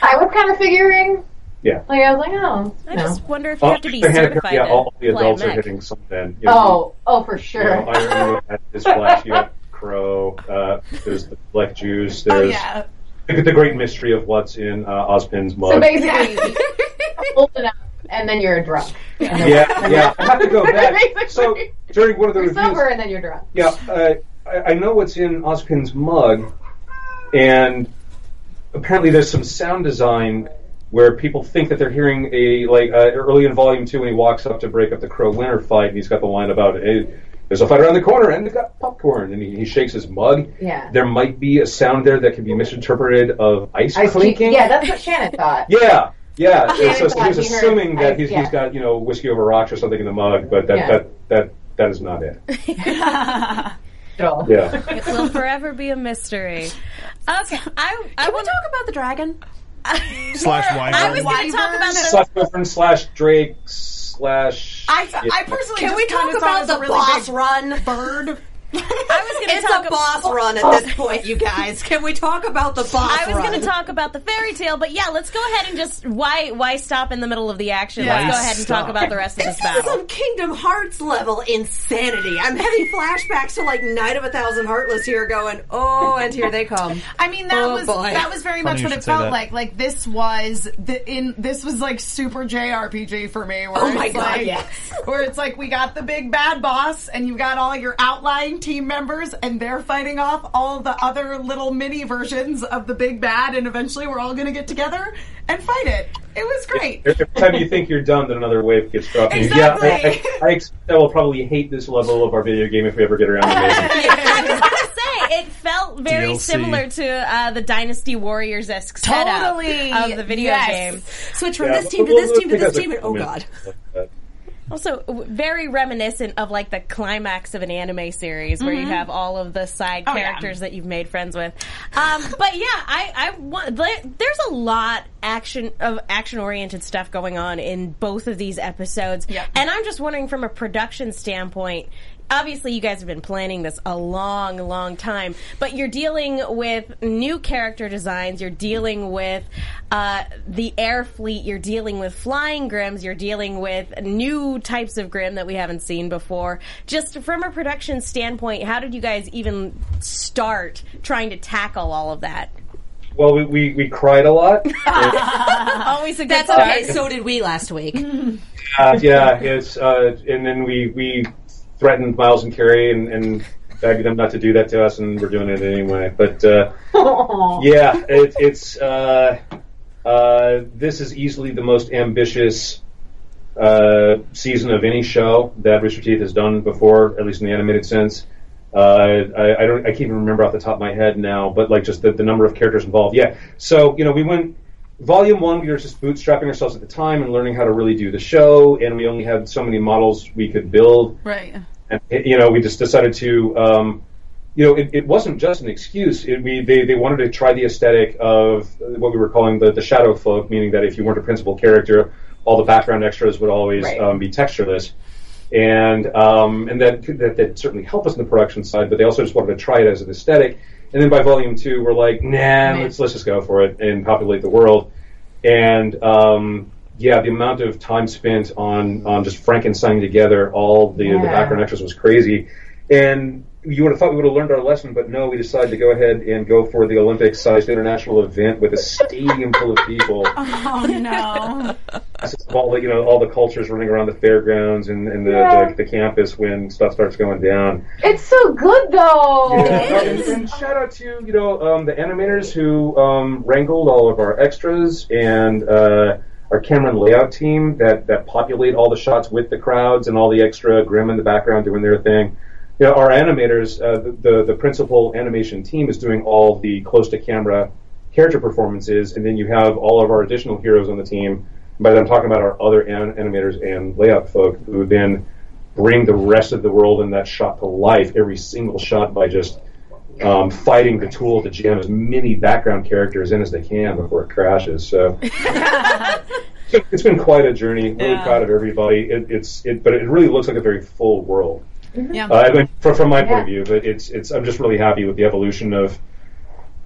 S7: I was kind of figuring.
S8: Yeah.
S7: Like, I was like, oh.
S2: I
S7: no.
S2: just wonder if you
S8: Oh,
S2: have to be
S8: yeah,
S2: certified.
S8: Yeah,
S2: to
S8: all the
S2: fly a
S8: adults are
S2: mech.
S8: hitting something. You know,
S7: Oh, oh, for
S8: You
S7: sure.
S8: know, Iron Man, this Black, you have Crow, uh, there's the Black Jews,
S5: Oh
S8: there's
S5: yeah.
S8: the, the great mystery of what's in uh, Ozpin's mug.
S7: (laughs) So basically, you're old enough, and then you're drunk.
S8: (laughs) yeah,
S7: (laughs)
S8: yeah, I have to go back.
S7: Basically.
S8: So during one of the
S7: (laughs) You're
S8: reviews,
S7: sober, and then you're drunk.
S8: yeah, uh, I, I know what's in Ozpin's mug, and apparently there's some sound design where people think that they're hearing a like uh, early in volume two when he walks up to break up the Crow Winter fight, and he's got the line about hey, there's a fight around the corner, and they got popcorn, and he, he shakes his mug.
S7: Yeah.
S8: there might be a sound there that can be misinterpreted of ice,
S7: Ice
S8: clinking.
S7: Yeah, that's what
S8: (laughs)
S7: Shannon thought.
S8: Yeah, yeah. And so
S7: it's like
S8: he was
S7: he heard
S8: assuming
S7: ice,
S8: that he's,
S7: yeah.
S8: he's got you know whiskey over rocks or something in the mug, but that
S7: Yeah.
S8: that, that that is not it.
S7: Sure. (laughs)
S8: Yeah.
S2: It will forever be a mystery. Okay, I, I
S4: Can we
S2: want
S4: talk about the dragon?
S6: Slash
S2: I was
S6: wyvern.
S2: going to talk about
S5: Wyverns.
S2: the
S8: slash Wyvern slash Drake slash.
S5: I, I
S8: Yeah.
S5: personally
S4: Can
S5: just
S4: we
S5: kinda
S4: talk
S5: saw it
S4: about
S5: as
S4: the
S5: a really
S4: boss
S5: big
S4: run? (laughs)
S5: bird.
S2: I was going to
S4: It's
S2: talk
S4: a
S2: about.
S4: boss run at this point, you guys. Can we talk about the boss
S2: I was
S4: run?
S2: going to talk about the fairy tale, but yeah, let's go ahead and just why why stop in the middle of the action?
S5: Yeah.
S2: Let's
S5: Why
S2: go ahead and talk about the rest of this
S4: This is
S2: battle.
S4: some Kingdom Hearts level insanity. I'm having flashbacks to like Night of a Thousand Heartless here, going, oh, and here they come.
S5: I mean that
S4: Oh,
S5: was
S4: boy.
S5: that was very
S6: you
S5: much what
S6: should
S5: it
S6: say
S5: felt
S6: that.
S5: like. Like this was the in this was like super JRPG for me. Where
S4: Oh my
S5: it's
S4: God,
S5: like,
S4: yes.
S5: Where it's like we got the big bad boss, and you got all your outlying team members, and they're fighting off all the other little mini versions of the big bad, and eventually we're all gonna get together and fight it. It was great.
S8: Every time you think you're done, then another wave gets dropped. on you.
S5: Exactly.
S4: (laughs)
S8: Yeah, I, I, I, ex- I will probably hate this level of our video game if we ever get around to making it.
S4: Yeah.
S2: it felt very
S6: DLC.
S2: similar to uh, the Dynasty Warriors esque setup
S5: Totally.
S2: of the video
S5: Yes.
S2: game.
S4: Switch from
S8: Yeah,
S4: this team to
S8: we'll-
S4: this
S8: we'll
S4: team to
S8: pick
S4: this
S8: up the
S4: team. and- Oh god.
S8: comments. Uh,
S2: Also, w- very reminiscent of like the climax of an anime series where you have all of the side
S5: yeah.
S2: characters that you've made friends with. Um, but yeah, I, I want, there- there's a lot action of action oriented stuff going on in both of these episodes,
S5: Yep.
S2: and I'm just wondering from a production standpoint. Obviously, you guys have been planning this a long, long time, but you're dealing with new character designs. You're dealing with uh, the air fleet. You're dealing with flying grims. You're dealing with new types of grim that we haven't seen before. Just from a production standpoint, how did you guys even start trying to tackle all of that?
S8: well, we, we, we cried
S4: (laughs)
S8: a lot.
S2: Always a good
S4: Uh, That's
S2: start.
S4: okay. So did we last
S2: (laughs)
S4: week.
S8: Uh, yeah, it's uh, and then we we threatened Miles and Carrie and, and begged them not to do that to us, and we're doing it anyway. But uh, yeah, it, it's uh, uh, this is easily the most ambitious uh, season of any show that Rooster Teeth has done before, at least in the animated sense. Uh, I, I don't, I can't even remember off the top of my head now, but like just the, the number of characters involved. Yeah, so you know we went volume one, we were just bootstrapping ourselves at the time and learning how to really do the show, and we only had so many models we could build
S5: Right.
S8: and you know we just decided to um, you know it, it wasn't just an excuse it, we they, they wanted to try the aesthetic of what we were calling the, the shadow folk meaning that if you weren't a principal character all the background extras would always
S4: Right.
S8: um, be textureless and um, and that, that that certainly helped us in the production side but they also just wanted to try it as an aesthetic and then by volume two we're like nah let's let's just go for it and populate the world and um, yeah, the amount of time spent on on just Frankenstein together all the, the background extras was crazy, and you would have thought we would have learned our lesson, but no, we decided to go ahead and go for the Olympic-sized international event with a stadium full of people.
S5: Oh no. (laughs)
S8: It's all the you know all the cultures running around the fairgrounds and, and the,
S7: Yeah.
S8: the the campus when stuff starts going down.
S7: It's so good though.
S8: Yeah. And, and shout out to you know um, the animators who um, wrangled all of our extras and uh, our camera and layout team that that populate all the shots with the crowds and all the extra grim in the background doing their thing. You know, our animators, uh, the, the the principal animation team is doing all the close to camera character performances, and then you have all of our additional heroes on the team. By that, I'm talking about our other an- animators and layout folk who then bring the rest of the world in that shot to life, every single shot by just um, fighting the tool to jam as many background characters in as they can before it crashes. So it's been quite a journey. Really proud of everybody. It, it's it, but it really looks like a very full world.
S5: Yeah.
S8: Uh, I mean, from, from my point of view, but it's it's I'm just really happy with the evolution of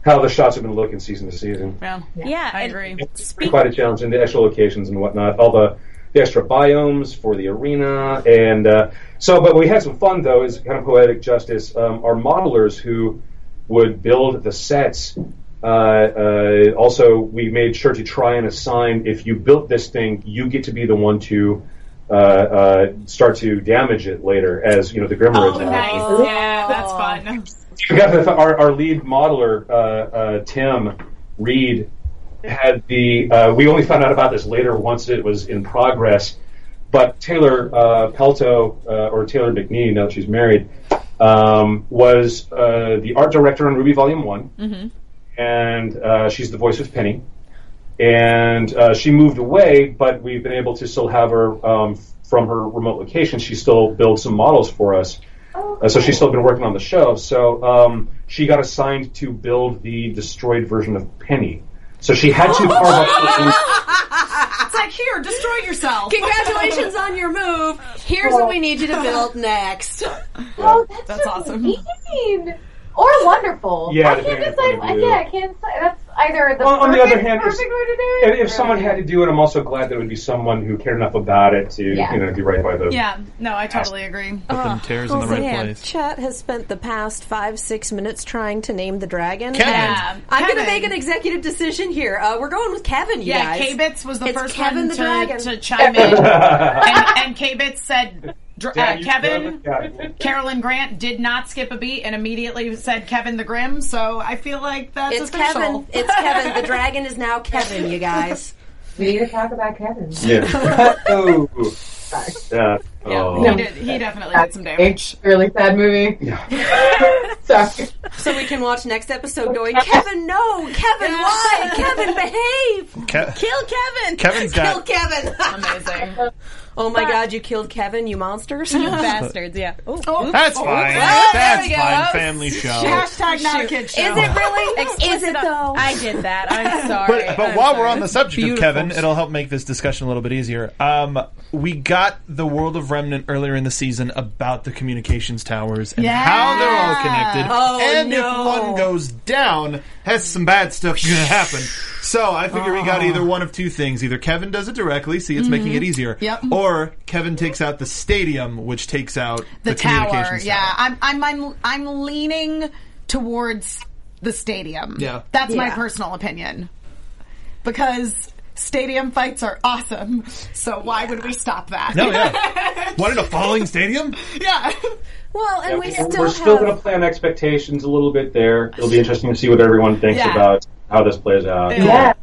S8: how the shots have been looking season to season.
S5: Yeah.
S2: Yeah,
S5: I
S2: and
S5: agree.
S8: It's been quite a challenge in the extra locations and whatnot. All the the extra biomes for the arena and uh, so. But we had some fun though. Is kind of poetic justice. Um, our modelers who would build the sets. Uh, uh, also, we made sure to try and assign if you built this thing, you get to be the one to uh, uh, start to damage it later, as you know the Grimmer
S5: Oh,
S8: attack
S5: nice. Yeah, that's fun.
S8: we got the, our, our lead modeler, uh, uh, Tim Reed, had the. Uh, we only found out about this later once it was in progress. But Taylor uh, Pelto, uh, or Taylor McNee, now that she's married, um, was uh, the art director on Ruby Volume one and uh, she's the voice of Penny. And uh, she moved away, but we've been able to still have her um, from her remote location. She still builds some models for us. Uh, so she's still been working on the show. So um, she got assigned to build the destroyed version of Penny. So she had to carve up.
S5: It's like here, destroy yourself.
S4: Congratulations on your move. Here's what we need you to build (laughs) next.
S7: Oh, that's,
S5: That's
S7: just
S5: awesome.
S7: mean. Or wonderful.
S8: Yeah,
S7: I can't
S8: depending
S7: decide.
S8: on the
S7: Yeah, I can't decide. That's either the
S8: On- on the
S7: perfect,
S8: other hand, if-
S7: perfect way to do it.
S8: And
S7: or-
S8: if someone had to do it, I'm also glad that it would be someone who cared enough about it to
S7: Yeah.
S8: you know do right by the (laughs)
S5: Yeah. No, I totally agree. Um,
S6: Putting tears in the right place.
S4: Chat has spent the past five, six minutes trying to name the dragon.
S6: Kevin.
S4: and
S5: Yeah,
S4: I'm going
S5: Kevin.
S4: to make an executive decision here. Uh, we're going with Kevin, you
S5: Yeah,
S4: guys.
S5: K-Bits was the
S4: It's
S5: first
S4: Kevin
S5: one
S4: the
S5: to,
S4: Dragon.
S5: to chime in, and, and K-Bits said dr- uh,
S8: Damn you,
S5: Kevin.
S8: Kevin. Yeah.
S5: Carolyn Grant did not skip a beat and immediately said Kevin the Grim. So I feel like that's
S4: It's
S5: official.
S4: Kevin. It's Kevin. The dragon is now Kevin, you guys.
S8: (laughs)
S7: we need to talk about Kevin.
S8: Yeah. oh. Yeah.
S5: Yeah,
S7: No.
S5: he, did, he definitely did some damage.
S7: A really sad movie. Sorry.
S4: So we can watch next episode going, Oh, Kevin, no! Kevin, (laughs) why? Kevin, behave!
S6: Ke-
S4: Kill Kevin!
S6: Kevin's
S4: Kill
S6: got-
S4: Kevin!
S5: Amazing.
S4: (laughs) oh my god, you killed Kevin, you monsters. You bastard.
S2: Bastards, yeah. Ooh.
S4: Oh,
S6: That's fine.
S5: well, there
S6: That's
S5: we go.
S6: fine. Family show.
S5: Hashtag not a kid show.
S4: Is it really? (laughs) Is it though?
S2: I did that. I'm
S4: (laughs)
S2: sorry.
S6: But, but
S2: I'm
S6: while
S2: sorry.
S6: we're on the subject
S9: Beautiful.
S6: of Kevin, it'll help make this discussion a little bit easier. Um, we got the World of Remnant earlier in the season about the communications towers and
S5: Yeah.
S6: how they're all connected.
S4: Oh,
S6: and
S4: no.
S6: if one goes down, has some bad stuff going to happen. So I figure we got either one of two things: either Kevin does it directly, see it's making it easier,
S5: Yep.
S6: or Kevin takes out the stadium, which takes out the,
S5: the, tower.
S6: communications
S5: Yeah, I'm, I'm I'm I'm leaning towards the stadium.
S6: Yeah.
S5: that's my
S4: Yeah.
S5: personal opinion because stadium fights are awesome. So why would we stop that?
S6: No, Oh, yeah. What in a falling stadium?
S5: (laughs) yeah.
S4: Well, and we
S8: we're
S4: still
S8: we're
S4: have.
S8: still going to plan expectations a little bit there. It'll be interesting to see what everyone thinks
S5: Yeah.
S8: about how this plays out.
S7: Yeah.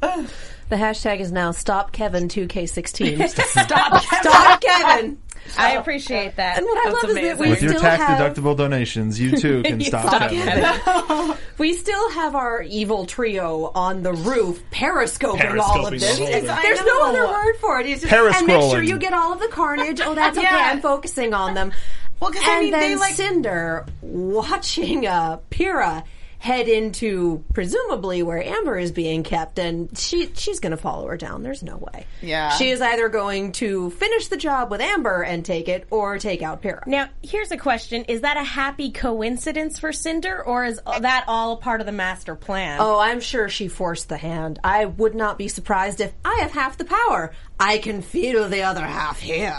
S4: the hashtag is now Stop Kevin 2K16.
S5: Stop.
S4: Stop Kevin!
S2: I appreciate that.
S4: And what I
S2: That's
S4: love is that
S2: amazing.
S4: we-
S6: With your
S4: still
S6: tax
S4: have-
S6: deductible donations, you too can stop,
S4: Stop
S6: Kevin.
S5: (laughs)
S4: We still have our evil trio on the roof periscoping, all of
S6: Periscoping
S4: this.
S6: the whole thing.
S4: There's
S5: I
S4: no
S5: know.
S4: other word for it. It's just, and make sure
S6: Periscrolling.
S4: you get all of the carnage. Oh, that's okay.
S5: Yeah.
S4: I'm focusing on them.
S5: (laughs) Well, 'cause
S4: and
S5: I mean,
S4: then
S5: they, like-
S4: Cinder watching uh, Pyrrha head into presumably where Amber is being kept, and she she's going to follow her down. There's no way.
S5: Yeah.
S4: she is either going to finish the job with Amber and take it, or take out Pyrrha.
S2: Now, here's a question: Is that a happy coincidence for Cinder, or is that all a part of the master plan?
S4: Oh, I'm sure she forced the hand. I would not be surprised if I have half the power. I can feel the other half here.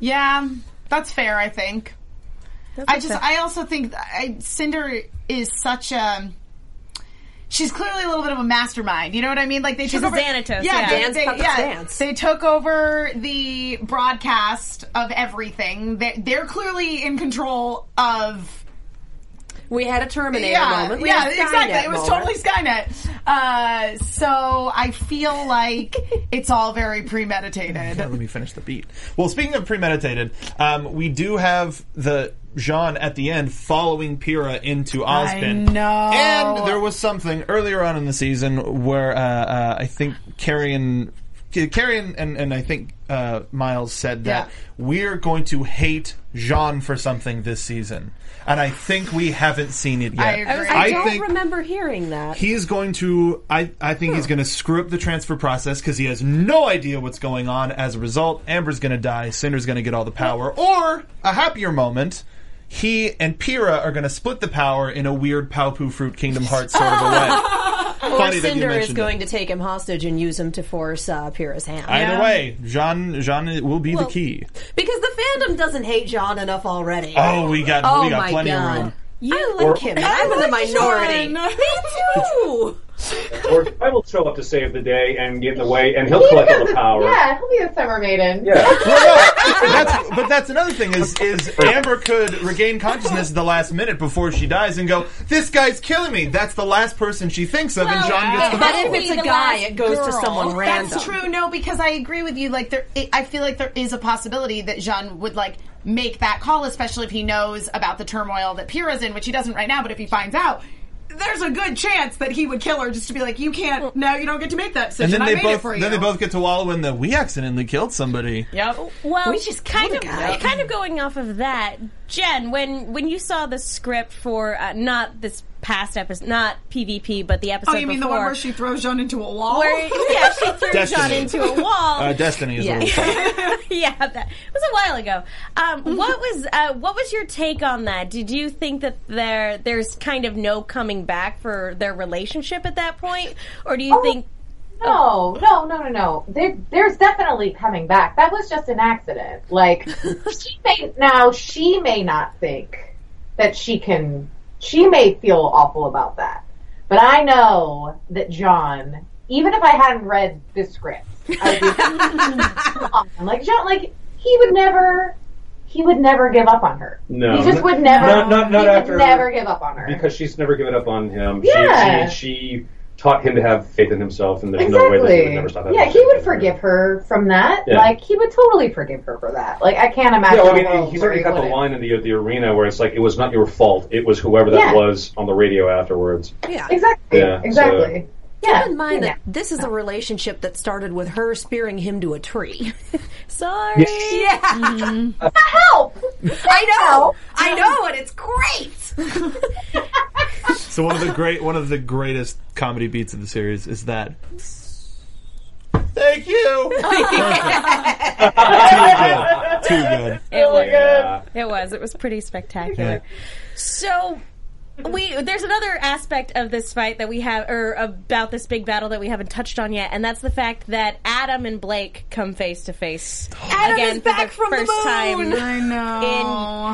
S5: Yeah, that's fair. I think. I just. I also think that I, Cinder is such a. She's clearly a little bit of a mastermind. You know what I mean? Like they
S2: She's
S5: took
S2: a
S5: over,
S2: Xanatos, yeah.
S5: they-
S4: Dance,
S5: they,
S4: puppets, dance.
S5: They took over the broadcast of everything. They, they're clearly in control of.
S4: We had a Terminator
S5: yeah,
S4: moment. We
S5: yeah,
S4: had a Skynet
S5: exactly. It was
S4: moment.
S5: totally Skynet. Uh, so I feel like it's all very premeditated.
S6: Let me finish the beat. Well, speaking of premeditated, um, we do have the Jean at the end following Pyrrha into Ozpin.
S5: know.
S6: And there was something earlier on in the season where uh, uh, I think Carrion. C- Carrion and, and I think uh, Miles said that
S5: Yeah.
S6: we're going to hate Jean for something this season, and I think we haven't seen it yet.
S5: I agree. I was- I
S4: I, don't
S6: think
S4: remember hearing that.
S6: he's going to I, I think he's going to screw up the transfer process because he has no idea what's going on as a result amber's going to die cinder's going to get all the power or a happier moment he and Pyrrha are going to split the power in a weird Paupu Fruit Kingdom Hearts sort of a way.
S4: (laughs) Or
S6: Funny
S4: Cinder is
S6: mentioned
S4: going to
S6: it.
S4: take him hostage and use him to force uh, Pyrrha's hand.
S6: Either way, Jean Jean will be the key.
S4: because the fandom doesn't hate John enough already.
S6: Oh, we got
S4: Oh
S6: we got
S4: my
S6: plenty
S4: God.
S6: of room.
S4: I like him. I'm
S5: (laughs)
S4: in the
S2: (laughs)
S4: minority. Me too.
S8: or I will show up to save the day and get in the way, and he'll collect all the power.
S7: Yeah, he'll be the summer maiden.
S8: Yeah.
S6: Well, no, that's, but that's another thing is is Amber could regain consciousness at the last minute before she dies and go, "This guy's killing me." That's the last person she thinks of, and John gets the
S4: But if
S6: power.
S4: it's a guy, it goes to someone random.
S2: uh,
S5: That's true. No, because I agree with you. Like there, I feel like there is a possibility that Jean would like make that call, especially if he knows about the turmoil that Pyrrha's in, which he doesn't right now. But if he finds out. There's a good chance that he would kill her just to be like, you can't. No, you don't get to make that
S6: And
S5: decision.
S6: then
S5: I
S6: they
S5: made it
S6: both
S5: for you.
S6: then they both get to wallow in the we accidentally killed somebody.
S5: Yep.
S2: Well,
S4: We just
S2: kind
S4: killed
S2: of
S4: a guy.
S2: kind of going off of that, Jen. When when you saw the script for uh, not this past episode, not PvP, but the episode.
S5: Oh, you mean the
S2: before,
S5: one where she Oh. throws Jean into a wall? (laughs)
S2: where- yeah, she threw John
S6: Destiny.
S2: into a wall.
S6: Uh, Destiny is
S4: Yeah.
S6: a little
S5: (laughs)
S6: funny.
S2: (laughs) yeah, that it was a while ago. Um, what was uh, what was your take on that? Did you think that there there's kind of no coming back for their relationship at that point, or do you think?
S7: No, no, no, no, no. There, there's definitely coming back. That was just an accident.
S8: (laughs)
S7: Like she may now, she may not think that she can. She may feel awful about that, but I know that John. Even if I hadn't read the script, I'd be- Come on. like John, like he would never. He would never give up on her.
S8: No.
S7: he just would never.
S8: Not- not- not
S7: he would
S8: after-
S7: never give up on her.
S8: Because she's never given up on him.
S7: Yeah.
S8: She, she, she taught him to have faith in himself, and there's no way that he would
S7: Exactly.
S8: never stop having
S7: yeah,
S8: faith.
S7: he would forgive her from that.
S8: Yeah.
S7: Like he would totally forgive her for that. Like I can't imagine.
S8: Yeah, well, I
S7: a
S8: mean,
S7: world
S8: he's
S7: where
S8: already
S7: he
S8: got the
S7: wouldn't.
S8: line in the the arena where it's like it was not your fault; it was whoever that
S7: Yeah.
S8: was on the radio afterwards.
S4: Yeah.
S7: Exactly.
S8: Yeah, so-
S7: exactly. Yeah.
S4: Keep in mind
S7: yeah.
S4: that this is a relationship that started with her spearing him to a tree. Sorry.
S8: Yeah.
S7: help.
S4: (laughs) I know. I know, and it's great.
S6: So one of the great, one of the greatest comedy beats of the series is that. Thank
S5: (laughs)
S6: you. Perfect. Too good. Too good.
S2: It was.
S8: Yeah.
S2: It was. It was pretty spectacular. So we there's another aspect of this fight that we have or about this big battle that we haven't touched on yet, and that's the fact that Adam and Blake come face to face
S4: Adam
S2: again
S4: is back
S2: for the
S4: from the
S2: first
S4: moon.
S2: time.
S5: I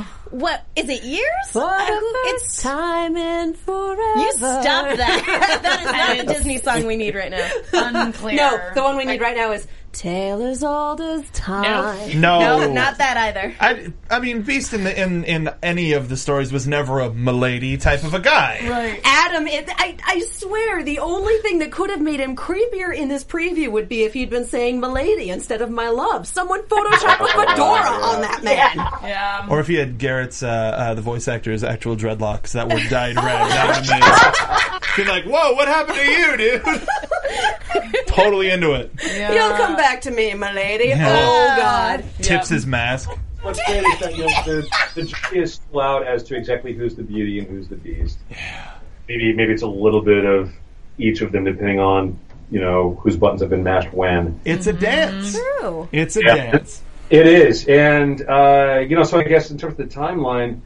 S5: know.
S2: What is it? Years?
S4: it's time and forever.
S2: you stop that. (laughs) that is not the Disney song we need right now.
S5: Unclear.
S4: No, the one we need right now is Tale as Old as Time.
S6: No,
S4: Oh,
S2: No, not that either.
S6: I, I mean, Beast in, the, in in any of the stories was never a milady type of a guy.
S5: Right.
S4: Adam, it, I, I swear, the only thing that could have made him creepier in this preview would be if he'd been saying "milady" instead of "my love." Someone (laughs) photoshopped a fedora on that man.
S5: Yeah.
S6: Or if he had Garrett's, uh, uh, the voice actor's actual dreadlocks that were dyed red, that would have been like, whoa, what happened to you, dude? (laughs) totally into it.
S4: You'll come back to me, my lady.
S6: Yeah.
S4: Oh God!
S6: Tips his mask.
S8: What's great is that you know, the, the jury is still out as to exactly who's the beauty and who's the beast. Yeah. Maybe maybe it's a little bit of each of them, depending on you know whose buttons have been mashed when.
S6: It's a dance.
S4: True.
S6: It's a
S8: Yeah.
S6: dance.
S8: It is, and uh, you know, so I guess in terms of the timeline,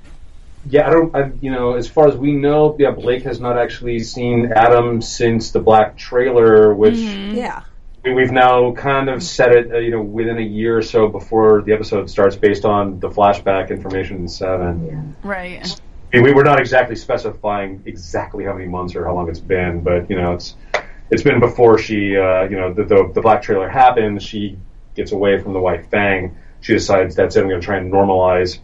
S8: yeah, I don't, I, you know, as far as we know, yeah, Blake has not actually seen Adam since the black trailer, which.
S4: Yeah.
S8: I mean, We've now kind of set it, uh, you know, within a year or so before the episode starts, based on the flashback information in seven.
S5: Right.
S8: I mean, we, we're not exactly specifying exactly how many months or how long it's been, but you know, it's it's been before she, uh, you know, the, the the black trailer happens. She gets away from the White Fang. She decides that's it. I'm going to try and normalize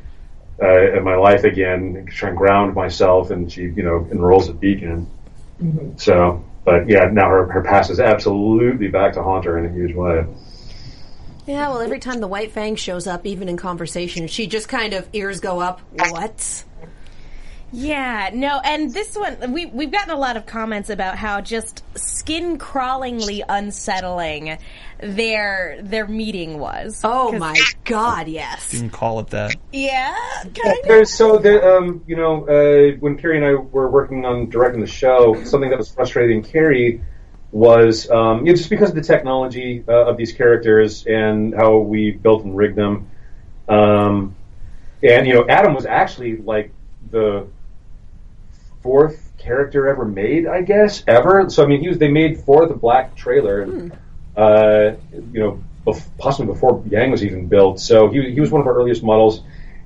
S8: uh, in my life again, try and ground myself, and she, you know, enrolls at Beacon. So, but yeah, now her her past is absolutely back to haunt her in a huge way.
S4: Yeah. Well, every time the White Fang shows up, even in conversation, she just kind of ears go up. What?
S2: Yeah, no, and this one we we've gotten a lot of comments about how just skin crawlingly unsettling their their meeting was.
S4: Oh my God! Yes.
S6: You can call it that.
S2: Yeah, kind of.
S8: There's so the um, you know uh, when Carrie and I were working on directing the show, something that was frustrating Carrie was um, you know, just because of the technology uh, of these characters and how we built and rigged them. Um, and you know, Adam was actually like the fourth character ever made, I guess, ever. So I mean, he was they made for the Black trailer, uh, you know, bef- possibly before Yang was even built. So he he was one of our earliest models,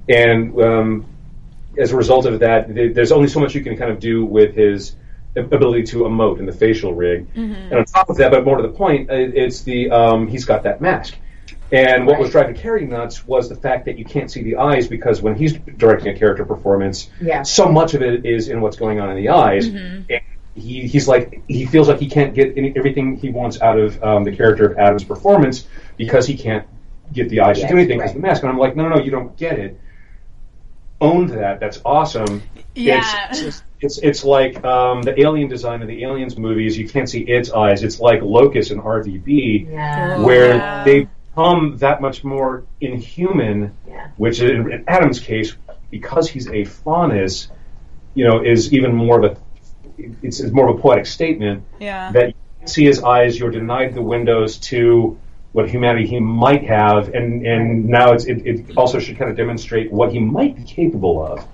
S8: and um, as a result of that, th- there's only so much you can kind of do with his ability to emote in the facial rig. And on top of that, but more to the point, it, it's the um, he's got that mask. And what was driving Carrie nuts was the fact that you can't see the eyes because when he's directing a character performance,
S7: Yeah.
S8: so much of it is in what's going on in the eyes. And he, he's like he feels like he can't get any, everything he wants out of um, the character of Adam's performance because he can't get the eyes to do anything because of the mask. And I'm like, no, no, no, you don't get it. Owned that. That's awesome.
S5: Yeah.
S8: It's, it's, it's, it's like um, the alien design of the aliens movies. You can't see its eyes. It's like Locust and RVB
S7: Yeah.
S8: where they become that much more inhuman,
S7: Yeah.
S8: which in, in Adam's case, because he's a faunus, you know, is even more of a it's, it's more of a poetic statement
S5: Yeah.
S8: that you can't see his eyes, you're denied the windows to what humanity he might have, and, and now it's, it, it also should kind of demonstrate what he might be capable of.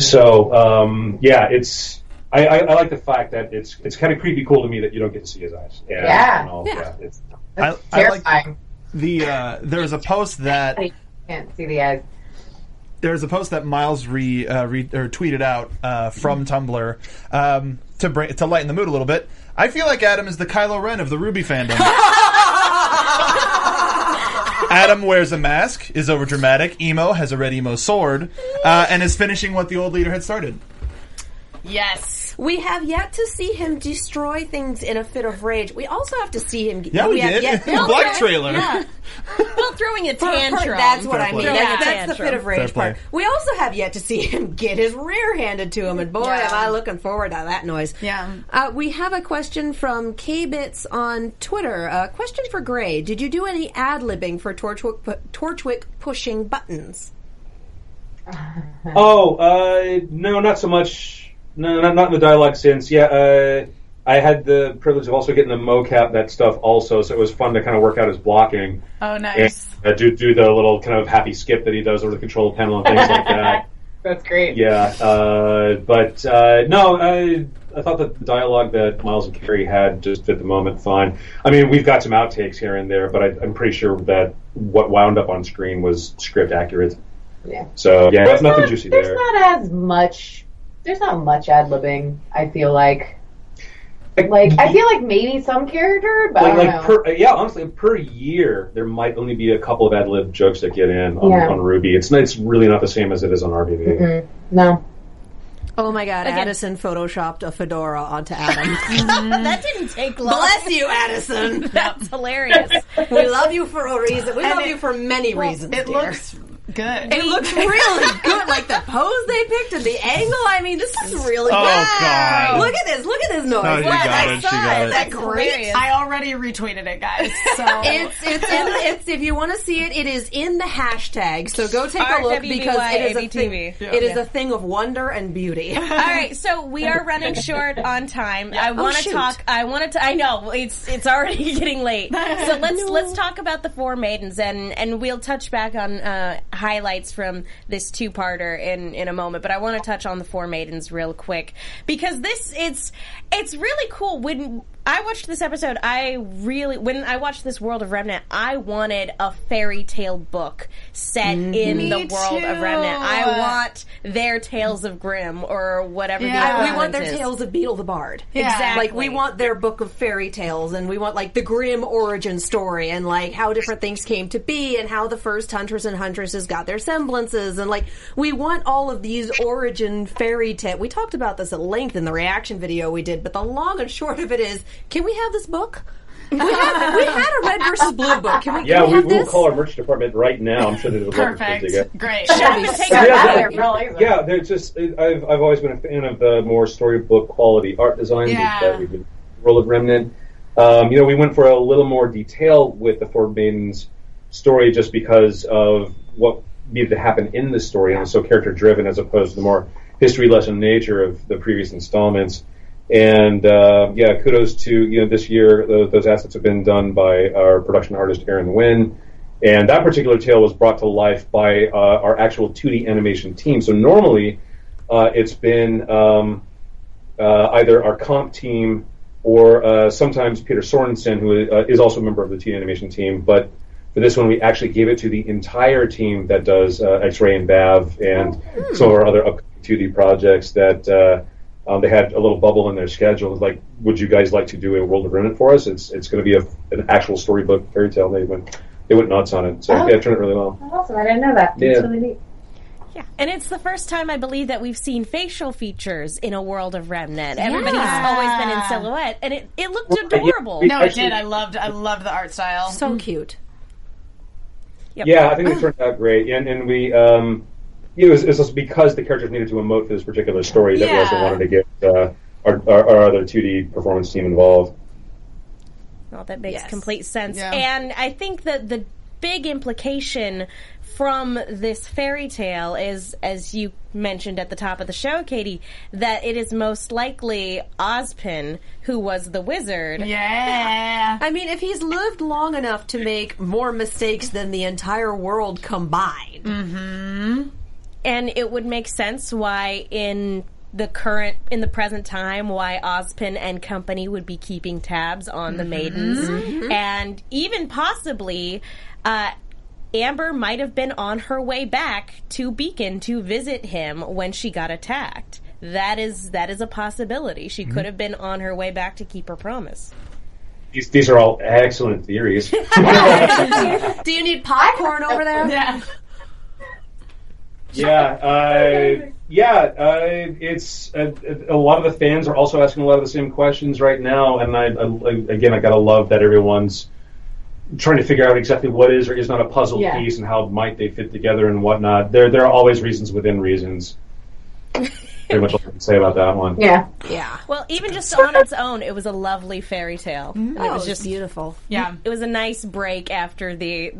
S8: So um, yeah, it's I, I, I like the fact that it's it's kind of creepy cool to me that you don't get to see his eyes. And,
S7: Yeah.
S8: and all of
S4: Yeah.
S8: that. It's-
S6: I, I like
S7: Terrifying.
S6: the uh, there was a post that
S7: I can't see the eyes.
S6: there's a post that Miles re, uh, re or tweeted out uh, from Tumblr um, to bring to lighten the mood a little bit. I feel like Adam is the Kylo Ren of the Ruby (laughs) fandom. Adam wears a mask, is over dramatic, emo, has a red emo sword, uh, and is finishing what the old leader had started.
S5: yes.
S4: We have yet to see him destroy things in a fit of rage. We also have to see him.
S6: Oh, Yeah, we
S4: have
S6: did. (laughs)
S4: Yet,
S6: In the Black trailer.
S4: Yeah.
S2: well, throwing a
S4: Per- per-
S2: tantrum.
S4: that's what
S6: Fair
S4: I mean.
S6: play.
S4: That's,
S2: Throwing a
S4: that's the fit
S2: tantrum.
S4: of rage
S6: Fair play.
S4: part. We also have yet to see him get his rear handed to him, and boy,
S5: Yeah.
S4: am I looking forward to that noise.
S5: Yeah.
S4: Uh, we have a question from KBits on Twitter. Uh, question for Gray: Did you do any ad libbing for Torchwick, pu- Torchwick pushing buttons?
S8: Oh, uh, no, not so much. No, not, not in the dialogue sense. Yeah, uh, I had the privilege of also getting the mocap that stuff also, so it was fun to kind of work out his blocking.
S5: Oh, nice.
S8: And, uh, do do the little kind of happy skip that he does over the control panel and things like that.
S7: That's great.
S8: Yeah, uh, but uh, no, I, I thought that the dialogue that Miles and Carrie had just at the moment fine. I mean, we've got some outtakes here and there, but I, I'm pretty sure that what wound up on screen was script accurate.
S7: Yeah.
S8: So yeah,
S7: There's
S8: nothing
S7: not-
S8: juicy
S7: there's
S8: there.
S7: not as much. There's not much ad libbing. I feel like.
S8: Like-
S7: Like I feel like maybe some character, but I
S8: like,
S7: don't
S8: like
S7: know.
S8: per yeah, honestly, per year there might only be a couple of ad lib jokes that get in on,
S7: Yeah. Mm-hmm.
S8: on Ruby. It's not, it's really not the same as it is on RBV.
S7: no.
S4: Oh my God! Addison photoshopped a fedora onto Adam.
S2: (laughs) that didn't take long.
S4: (laughs) Bless you, Addison.
S2: That's hilarious.
S4: We love you for a reason. We love
S5: it-
S4: you for many reasons. dear.
S5: It looks good.
S4: (laughs) It looks really good. Like the pose they picked and the angle. I mean, this is really
S6: Oh,
S4: good.
S6: God.
S4: Look at this. Look at this noise.
S6: No, you
S4: What?
S6: got
S4: I
S6: it. She
S4: saw
S6: got
S4: Isn't
S6: it.
S4: that great?
S2: Hilarious.
S5: I already retweeted it, guys.
S2: (laughs)
S5: So
S4: It's it's in the, it's if you want to see it, it is in the hashtag. So go take a look because it is a thing.
S2: RWBYABTV.
S4: It is a thing of wonder and beauty. (laughs)
S2: All right, so we are running short on time. I want to
S4: shoot.
S2: talk. I want to. I know it's it's already (laughs) getting late. So let's let's talk about the four maidens, and and we'll touch back on uh, highlights from this two parter in in a moment. But I want to touch on the four maidens real quick because this it's it's really cool when. I watched this episode. I really, when I watched this World of Remnant, I wanted a fairy tale book set in the world of
S5: too.
S2: Remnant. I want their Tales of Grimm or whatever. the
S5: Yeah.
S2: equivalent
S4: We want their
S2: is.
S4: tales of Beetle the Bard.
S2: Exactly.
S4: Like we want their book of fairy tales and we want like the grim origin story and like how different things came to be and how the first hunters and huntresses got their semblances and like we want all of these origin fairy tale. We talked about this at length in the reaction video we did, but the long and short of it is, can we have this book? we, had, we had a red versus blue book. Can we,
S8: Yeah,
S4: can we
S8: we,
S4: have
S8: we will
S4: this?
S8: call our merch department right now. I'm sure they would love to put it together.
S5: perfect. Great.
S2: Take
S8: Yeah,
S2: our
S8: yeah,
S2: other-
S7: really.
S8: Yeah, they're just. I've I've always been a fan of the more storybook quality art design
S5: Yeah.
S8: that uh, we've been World of Remnant. Um, you know, we went for a little more detail with the Four Maidens story just because of what needed to happen in the story, and it was so character driven as opposed to the more history lesson nature of the previous installments. And uh, yeah, kudos to you know this year those, those assets have been done by our production artist Aaron Wynn. And that particular tale was brought to life by uh, our actual 2D animation team. So normally, uh, it's been um, uh, either our comp team or uh, sometimes Peter Sorensen, who uh, is also a member of the 2D animation team. But for this one, we actually gave it to the entire team that does uh, X-Ray and Bav and some of our other upcoming 2D projects that. Uh, um, they had a little bubble in their schedule. Like, would you guys like to do a World of Remnant for us? It's it's going to be a, an actual storybook fairy tale. They went they went nuts on it. So yeah, it turned out really well.
S7: Awesome. I didn't know that.
S8: Yeah.
S7: That's really neat.
S2: And it's the first time I believe that we've seen facial features in a world of Remnant. Everybody's always been in silhouette, and it, it looked adorable.
S5: No, it
S8: Actually-
S5: did. I loved. I loved the art style.
S4: So cute.
S8: Yeah, I think it turned out great, and and we um, it was it was also because the characters needed to emote for this particular story that we also
S5: Yeah.
S8: wanted to get uh, our, our our other 2D performance team involved.
S2: Well, that makes
S4: Yes.
S2: complete sense.
S5: Yeah.
S2: And I think that the big implication from this fairy tale is, as you mentioned at the top of the show, Katie, that it is most likely Ozpin who was the wizard.
S5: yeah.
S4: I mean, if he's lived long enough to make more mistakes than the entire world combined.
S2: And it would make sense why in the current in the present time why Ozpin and company would be keeping tabs on the maidens and even possibly uh Amber might have been on her way back to Beacon to visit him when she got attacked. That is that is a possibility. She could have been on her way back to keep her promise.
S8: These these are all excellent theories.
S4: Do you need popcorn over there?
S5: Yeah.
S8: Yeah, uh, yeah. Uh, it's a, a lot of the fans are also asking a lot of the same questions right now, and I, I again, I gotta love that everyone's trying to figure out exactly what is or is not a puzzle
S7: Yeah.
S8: piece and how might they fit together and whatnot. There, there are always reasons
S7: (laughs)
S8: within reasons. Pretty much all I can say about that one.
S7: Yeah.
S2: Well, even just on its own, it was a lovely fairy tale. And
S4: Oh,
S2: it was just
S4: beautiful.
S5: Yeah.
S2: it was a nice break after the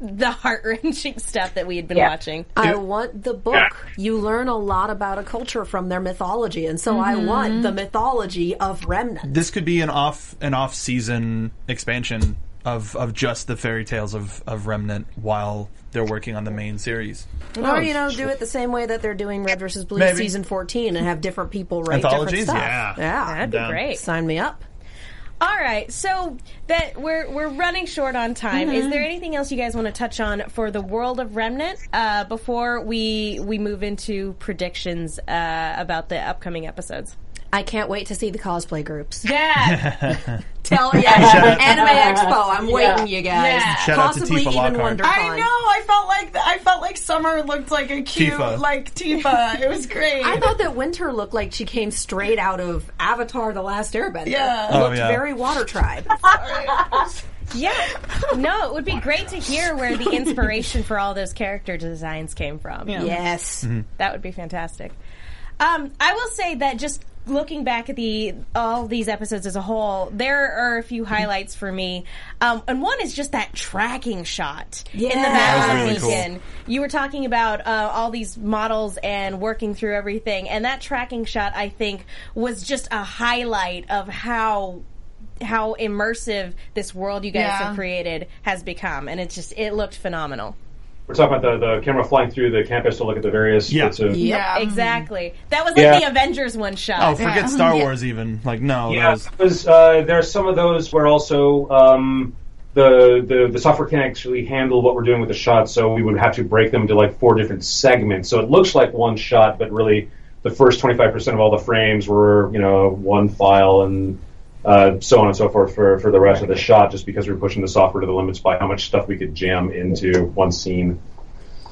S2: the heart wrenching (laughs) stuff that we had been watching.
S4: I want the book. You learn a lot about a culture from their mythology, and so I want the mythology of Remnant.
S6: This could be an off an off season expansion of of just the fairy tales of of Remnant while they're working on the main series.
S4: or you know, do it the same way that they're doing Red versus Blue
S6: Maybe.
S4: season fourteen, and have different people write
S6: Anthologies?
S4: different
S6: Yeah.
S4: stuff. Yeah,
S2: That'd be great.
S4: Sign me up.
S2: All right, so that we're we're running short on time. Is there anything else you guys want to touch on for the world of Remnant uh, before we we move into predictions uh, about the upcoming episodes?
S4: I can't wait to see the cosplay (laughs) groups.
S5: Yeah.
S4: Tell yeah, Anime Expo. I'm waiting, you guys.
S5: Yeah.
S6: Shout out to
S4: Possibly
S6: Tifa
S4: even
S6: Lockhart.
S4: WonderCon.
S5: I know. I felt like I felt like summer looked like a cute
S6: Tifa.
S5: like Tifa. It was great.
S4: I thought that Winter looked like she came straight out of Avatar: The Last Airbender.
S5: Yeah.
S6: Oh,
S4: looked
S6: yeah.
S4: very Water Tribe.
S2: Yeah, no, it would be great to hear where the inspiration for all those character designs came from.
S4: yes.
S2: That would be fantastic. Um, I will say that just looking back at the all these episodes as a whole, there are a few highlights for me, um, and one is just that tracking shot in the
S4: Yeah.
S2: back
S6: That
S2: of
S6: was
S2: the
S6: really cool.
S2: beacon. You were talking about uh, all these models and working through everything, and that tracking shot I think was just a highlight of how. How immersive this world you guys
S5: Yeah.
S2: have created has become, and it's just it looked phenomenal.
S8: We're talking about the, the camera flying through the campus to look at the various
S6: Yeah.
S8: bits of
S5: yeah.
S2: Exactly, that was like
S8: Yeah.
S2: the Avengers one shot.
S6: Um, Oh, forget Star Wars even. Like no, that
S8: Yeah,
S6: was-
S8: because uh, there are some of those where also um, the, the the software can't actually handle what we're doing with the shots, so we would have to break them into like four different segments. So it looks like one shot, but really the first twenty five percent of all the frames were you know one file and. Uh, so on and so forth for, for the rest of the shot, just because we we're pushing the software to the limits by how much stuff we could jam into one scene.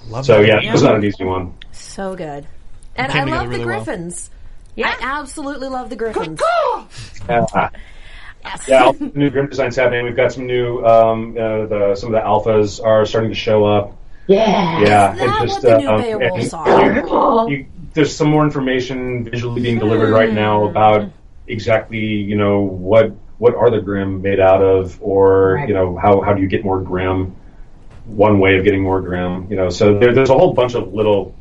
S6: love
S8: So
S6: that.
S8: yeah, it was not an easy one.
S4: So good. And
S6: came
S4: I
S6: together
S4: love the
S6: really well.
S4: Griffins. I absolutely love the Griffins.
S8: Yeah. Yeah, all the new grim designs happening. We've got some new um, uh, the, some of the alphas are starting to show up.
S7: Yeah.
S8: Yeah,
S4: Is
S8: and
S4: that
S8: just
S4: what the
S8: uh,
S4: new
S8: um,
S4: Beowulfs
S8: and
S4: are?
S8: you- you- there's some more information visually being delivered right
S4: Hmm.
S8: now about exactly you know what what are the grim made out of, or you know how how do you get more grim? One way of getting more grim, you know. So there, there's a whole bunch of little,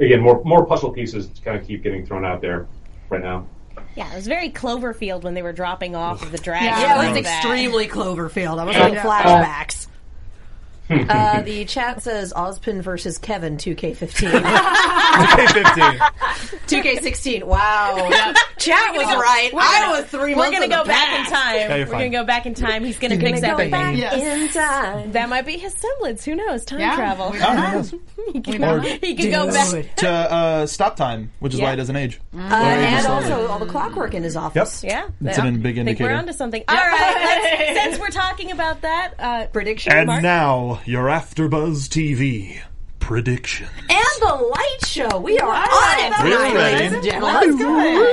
S8: again, more more puzzle pieces to kind of keep getting thrown out there right now.
S2: Yeah, it was very Cloverfield when they were dropping off of the dragon.
S4: Yeah, it was
S2: like that.
S4: extremely Cloverfield. I was having flashbacks. Uh, the chat says Ozpin versus Kevin (laughs) 2K15.
S6: K fifteen.
S4: 2K16. (laughs) Wow. Chat was right. I was 3
S2: We're
S4: months
S2: gonna
S4: in the
S2: go back
S4: past.
S2: in time. We're
S6: you're
S2: gonna
S6: fine.
S2: go back in time. He's gonna fix
S4: Go
S2: everything.
S4: back
S5: Yes.
S4: in time.
S2: That might be his semblance. Who knows? Time
S5: Yeah.
S2: travel. (laughs)
S5: We
S6: Oh, who knows?
S2: he could,
S6: know.
S2: he could go back.
S4: Dude.
S6: to uh, stop time, which is why it doesn't age.
S4: Uh, and
S6: slowly.
S4: also all the clockwork in his
S6: Yep.
S4: office.
S2: Yeah,
S6: That's
S2: yeah.
S6: an big
S2: I think we're
S6: indicator.
S2: onto something. All right,
S4: (laughs)
S2: let's- since we're talking about that, uh,
S4: Prediction
S6: And
S4: mark.
S6: now your AfterBuzz TV prediction.
S4: and the light show. We are on it
S6: We're
S4: tonight,
S6: ready.
S4: ladies and gentlemen.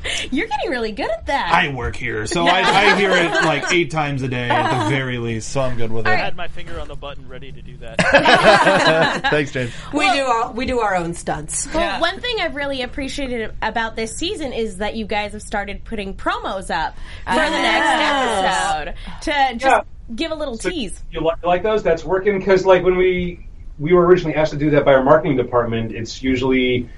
S2: (laughs) you're getting really good at that.
S6: I work here, so I, I hear it like eight times a day at the very least. So I'm good with it.
S9: I had my finger on the button ready to do that.
S6: (laughs) Thanks, James.
S4: We do our we do our own stunts.
S2: Well, one thing I've really appreciated about this season is that you guys have started putting promos up for the next episode to just
S8: Yeah.
S2: give a little tease.
S8: you like, like those? That's working because like when we we were originally asked to do that by our marketing department, it's usually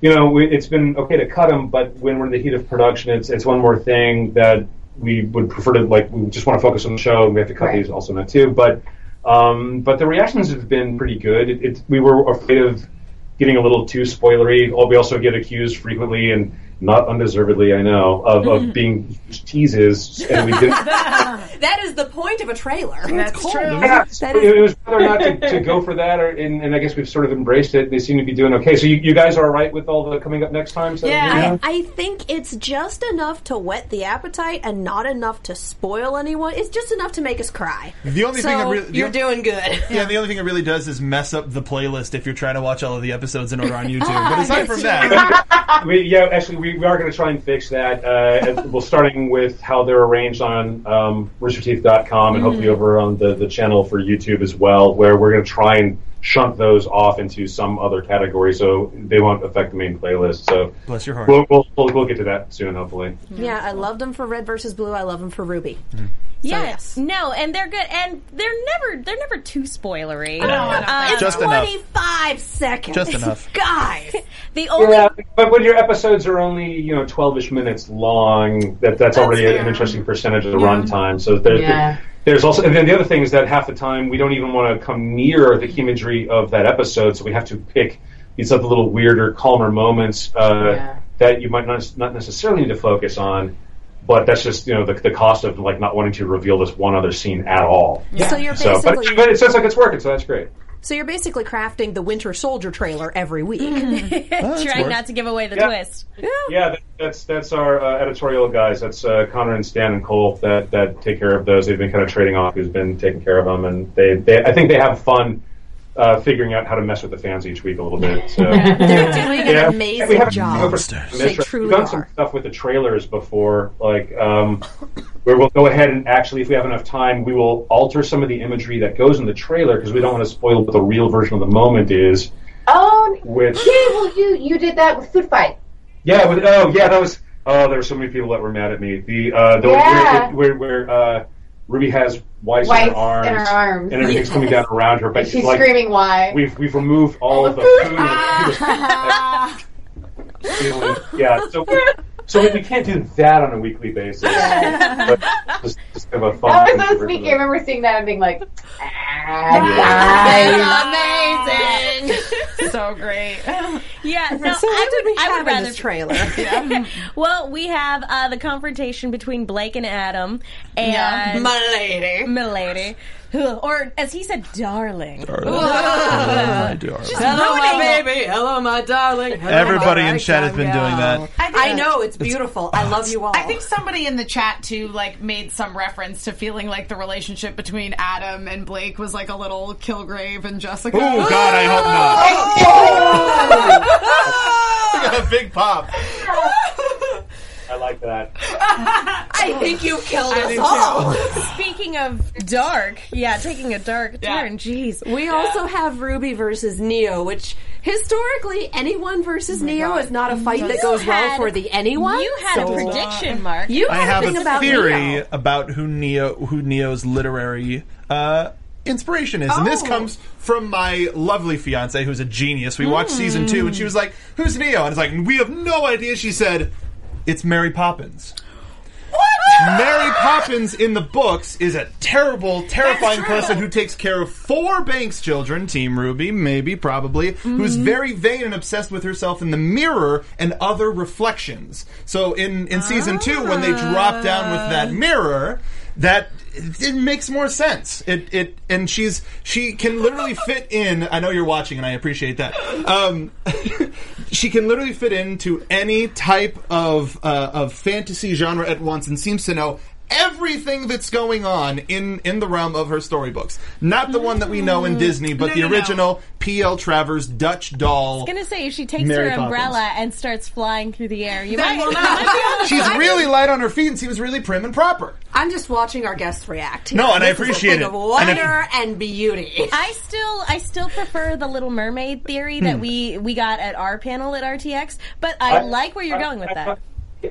S8: you know we, it's been okay to cut them, but when we're in the heat of production, it's it's one more thing that we would prefer to like we just want to focus on the show and we have to cut
S7: Right.
S8: these also now too. But um, but the reactions have been pretty good. It, it, we were afraid of getting a little too spoilery. Oh, We also get accused frequently and. not undeservedly, I know, of, of being teases, and we didn't.
S4: that is the point of a trailer. That's
S5: true.
S8: Yeah,
S4: That
S8: it,
S4: is,
S8: it was whether or not to, to go for that, or, and, and I guess we've sort of embraced it. They seem to be doing okay. So you, you guys are all right with all the coming up next time? So
S4: I, I think it's just enough to whet the appetite and not enough to spoil anyone. It's just enough to make us cry.
S6: The only
S4: so
S6: thing that really- the
S4: you're
S6: on-
S4: doing good.
S6: Yeah, the only thing it really does is mess up the playlist if you're trying to watch all of the episodes in order on YouTube. But aside from that,
S8: we, yeah, actually, we, we are going to try and fix that. Uh, and we're starting with how they're arranged on um, roosterteeth.com and
S4: Mm-hmm.
S8: hopefully over on the, the channel for YouTube as well, where we're going to try and shunt those off into some other category so they won't affect the main playlist. So
S6: bless your heart.
S8: we'll, we'll, we'll, we'll get to that soon, hopefully.
S4: Yeah, I loved them for Red versus Blue. I love them for Ruby.
S2: yes. No, and they're good, and they're never they're never too spoilery. Uh,
S5: no.
S6: Just enough.
S4: Twenty-five seconds, (laughs)
S6: Just enough.
S4: guys.
S2: the only
S8: Yeah, but when your episodes are only you know twelve-ish minutes long, that that's, already
S5: fair.
S8: an interesting percentage of the runtime. So there,
S7: Yeah.
S8: there's also, and then the other thing is that half the time we don't even want to come near the imagery of that episode, so we have to pick these other little weirder, calmer moments uh,
S7: Yeah.
S8: that you might not not necessarily need to focus on. But that's just you know the, the cost of like not wanting to reveal this one other scene at all.
S4: So you're
S8: So, but,
S4: basically
S8: but it sounds like it's working, so that's great.
S4: so you're basically crafting the Winter Soldier trailer every week.
S2: trying
S6: worse.
S2: not to give away the
S8: Yeah.
S2: twist.
S8: Yeah, that, that's that's our uh, editorial guys. That's uh, Connor and Stan and Cole that, that take care of those. They've been kind of trading off who's been taking care of them, and they, they I think they have fun uh, figuring out how to mess with the fans each week a little bit.
S4: (laughs)
S8: So
S4: They're doing
S8: yeah,
S4: an
S8: we
S4: amazing
S8: haven't
S4: job.
S8: covered-
S4: They
S8: We've
S4: truly
S8: done some
S4: are.
S8: stuff with the trailers before, like um, where we'll go ahead and actually, if we have enough time, we will alter some of the imagery that goes in the trailer because we don't want to spoil what the real version of the moment is.
S7: Oh,
S8: Which
S7: yeah. Well, you you did that with Food Fight.
S8: Yeah. With, oh, yeah. That was. Oh, there were so many people that were mad at me. The uh, the
S7: Yeah.
S8: where, where, where uh, Ruby has Weiss,
S7: Weiss
S8: in her arms,
S7: in her arms.
S8: and everything's coming down around her, but
S7: She's
S8: like
S7: screaming, "Why?"
S8: we've we've removed
S7: (laughs)
S8: all of the
S7: Food.
S8: food. (laughs) and the feeling. yeah. So we, so we, we can't do that on a
S7: (laughs)
S8: weekly basis. but just, just kind of a fun.
S7: that was
S8: version
S7: so
S8: of
S7: sneaky. (laughs) I
S8: it.
S7: remember seeing that and being like, "Ah,
S8: Yeah.
S5: amazing. so great.
S2: (laughs) Yeah, no,
S4: So what
S2: I would
S4: did we
S2: I
S4: have
S2: would
S4: in
S2: rather
S4: this (laughs) trailer?
S2: (laughs) Well, we have uh, the confrontation between Blake and Adam and
S4: My lady.
S2: Milady, who, or as he said, darling.
S4: Hello, my baby. Hello, my darling. Hello,
S6: Everybody
S4: my
S6: in chat has been
S4: ragtime gal.
S6: doing that.
S4: I know it's beautiful. I love you all.
S5: I think somebody in the chat too like made some reference to feeling like the relationship between Adam and Blake was like a little Kilgrave and Jessica. (laughs)
S6: Oh God, I hope not. I got a big pop.
S8: I like that.
S4: I think you killed us all.
S2: Speaking of dark, yeah, taking a dark
S5: Yeah.
S2: turn, jeez.
S4: We also have Ruby versus Neo, which historically anyone versus Neo is not a fight that goes well
S2: had-
S4: for the anyone.
S2: You had
S4: so-
S2: a prediction, Mark.
S4: You
S6: I
S4: had
S6: have
S4: a thing
S6: a
S4: about
S6: theory
S4: Neo.
S6: about who Neo, who Neo's literary uh, inspiration is, and this
S4: Oh.
S6: comes from my lovely fiance, who's a genius. We watched season two,
S4: Hmm.
S6: and she was like, "Who's Neo?" And it's like, "We have no idea." She said, "It's Mary Poppins." Mary Poppins in the books is a terrible, terrifying person who takes care of four Banks children, Team Ruby, maybe, probably, who's very vain and obsessed with herself in the mirror and other reflections. So in, in season two, when they drop down with that mirror, that it it makes more sense. It it and she's she can literally fit in. I know you're watching, and I appreciate that. Um, she can literally fit into any type of uh, of fantasy genre at once, and seems to know everything that's going on in in the realm of her storybooks. Not the one that we know in Disney, but
S5: Mm. No,
S6: the
S5: no, no.
S6: original P.L. Travers Dutch doll.
S2: I'm gonna say if she takes her
S6: Mary Poppins.
S2: umbrella and starts flying through the air, you
S5: That
S2: might.
S5: will not.
S6: She's really light on her feet, and seems really prim and proper.
S4: I'm just watching our guests react.
S6: No, and I
S4: This is a
S6: appreciate
S4: thing
S6: it.
S4: Of
S6: And if-
S4: wonder and beauty.
S2: (laughs) I still, I still prefer the Little Mermaid theory that we we got at our panel at RTX, but Hmm. I, like where you're going with that.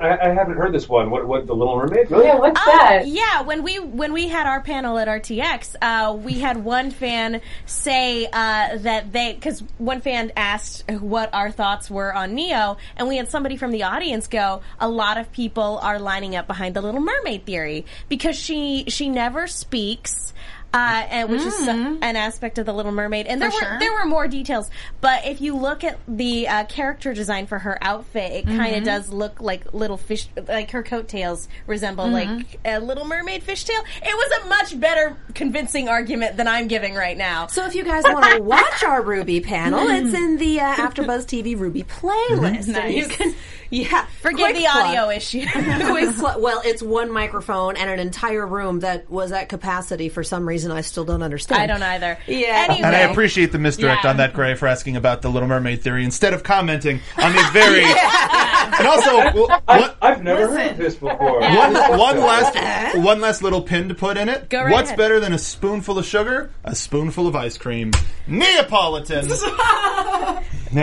S8: I, I haven't heard this one. What? What? The Little Mermaid? Really?
S7: "Yeah, what's that?"
S2: Yeah, when we when we had our panel at RTX, uh, we had one fan say uh, that they because one fan asked what our thoughts were on Neo, and we had somebody from the audience go, "A lot of people are lining up behind the Little Mermaid theory because she she never speaks." uh, and which is so- an aspect of the Little Mermaid. And there
S5: For
S2: were
S5: sure.
S2: there were more details, but if you look at the uh, character design for her outfit, it kind of
S5: Mhm.
S2: does look like little fish, like her coattails resemble like a Little Mermaid fishtail. It was a much better convincing argument than I'm giving right now.
S4: So if you guys want (laughs) to watch our Ruby panel, it's
S6: Hmm.
S4: in the uh, AfterBuzz TV Ruby playlist.
S6: (laughs)
S4: And you
S2: Nice.
S4: can, yeah,
S2: Forgive
S4: quick
S2: the
S4: plug.
S2: audio issue.
S4: Quick plug. Well, it's one microphone and an entire room that was at capacity for some reason. I still don't
S2: (laughs)
S4: understand.
S2: I don't either.
S4: Yeah.
S2: Anyway.
S6: And I appreciate the misdirect
S2: Yeah.
S6: on that, Gray, for asking about the Little Mermaid theory instead of commenting
S5: (laughs)
S6: on the very. And also, well, what,
S8: I've never heard of this before.
S6: (laughs) one, one last one last little pin to put in it.
S2: Go right
S6: What's
S2: ahead.
S6: better than a spoonful of sugar? A spoonful of ice cream.
S2: (laughs)
S6: Neapolitan. yeah,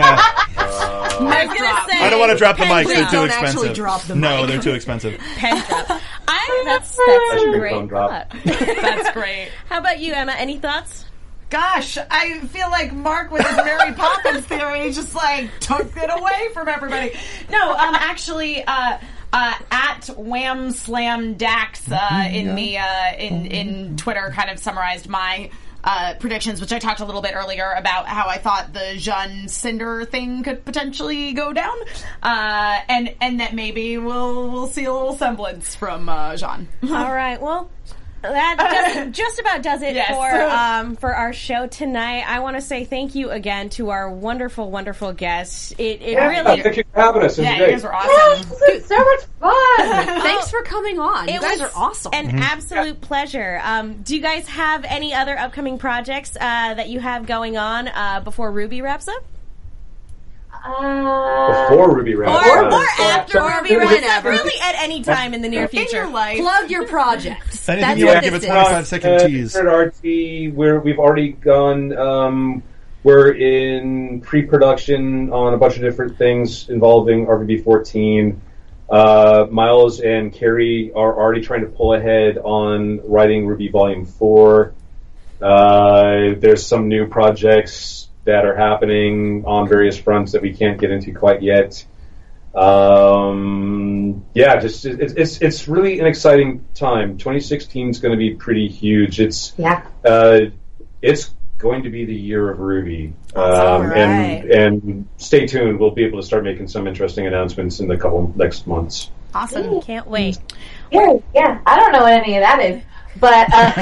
S2: I was gonna say.
S6: I don't want to drop the
S2: Pen
S6: mic. They're
S2: drop.
S6: too
S4: Don't
S6: expensive.
S4: actually drop the
S6: no,
S4: mic.
S6: they're too expensive.
S2: Pen drop. I, that's that's a
S8: Ice cream
S2: great
S8: cone drop.
S2: thought.
S10: That's great.
S2: How about you, Emma? Any thoughts?
S5: Gosh, I feel like Mark with his Mary Poppins theory just like took it away from everybody. No, um, actually, uh, uh, at Wham Slam Dax uh, in the uh, in in Twitter kind of summarized my. Uh, predictions, which I talked a little bit earlier about how I thought the Jean Cinder thing could potentially go down, uh, and and that maybe we'll we'll see a little semblance from uh, Jean.
S2: All right. Well, that
S5: (laughs)
S2: just, just about does it
S5: Yes.
S2: for um, for our show tonight. I want to say thank you again to our wonderful, wonderful guests. It, it really.
S8: Thank you for having us. It was
S5: Yeah, you
S8: great.
S5: guys were awesome.
S7: This is so much fun.
S4: Thanks for coming on. You
S2: it
S4: guys
S2: was
S4: are awesome.
S2: An absolute pleasure. Um, do you guys have any other upcoming projects uh, that you have going on uh, before Ruby wraps up?
S7: Uh,
S8: Before Ruby Rabbit.
S2: Or,
S8: Wow.
S2: or after Ruby
S8: Whenever.
S2: wraps up? Really at any time in the near future.
S5: life.
S4: plug your (laughs) projects.
S6: Anything
S4: That's
S6: you
S4: what
S6: wanna give
S4: this
S6: a
S4: is.
S6: 25 second
S8: Uh,
S6: tease.
S8: Third RT, where we've already gone. Um, we're in pre-production on a bunch of different things involving RVB 14. Uh, Miles and Carrie are already trying to pull ahead on writing Ruby Volume 4. Uh, there's some new projects that are happening on various fronts that we can't get into quite yet. Um, yeah, just it's, it's it's really an exciting time. 2016 is going to be pretty huge. It's
S7: yeah.
S8: uh, it's going to be the year of Ruby, um,
S4: right.
S8: and and stay tuned. We'll be able to start making some interesting announcements in the couple next months.
S5: Awesome.
S2: Can't wait.
S7: Yeah, yeah. I don't know what any of that is, but uh,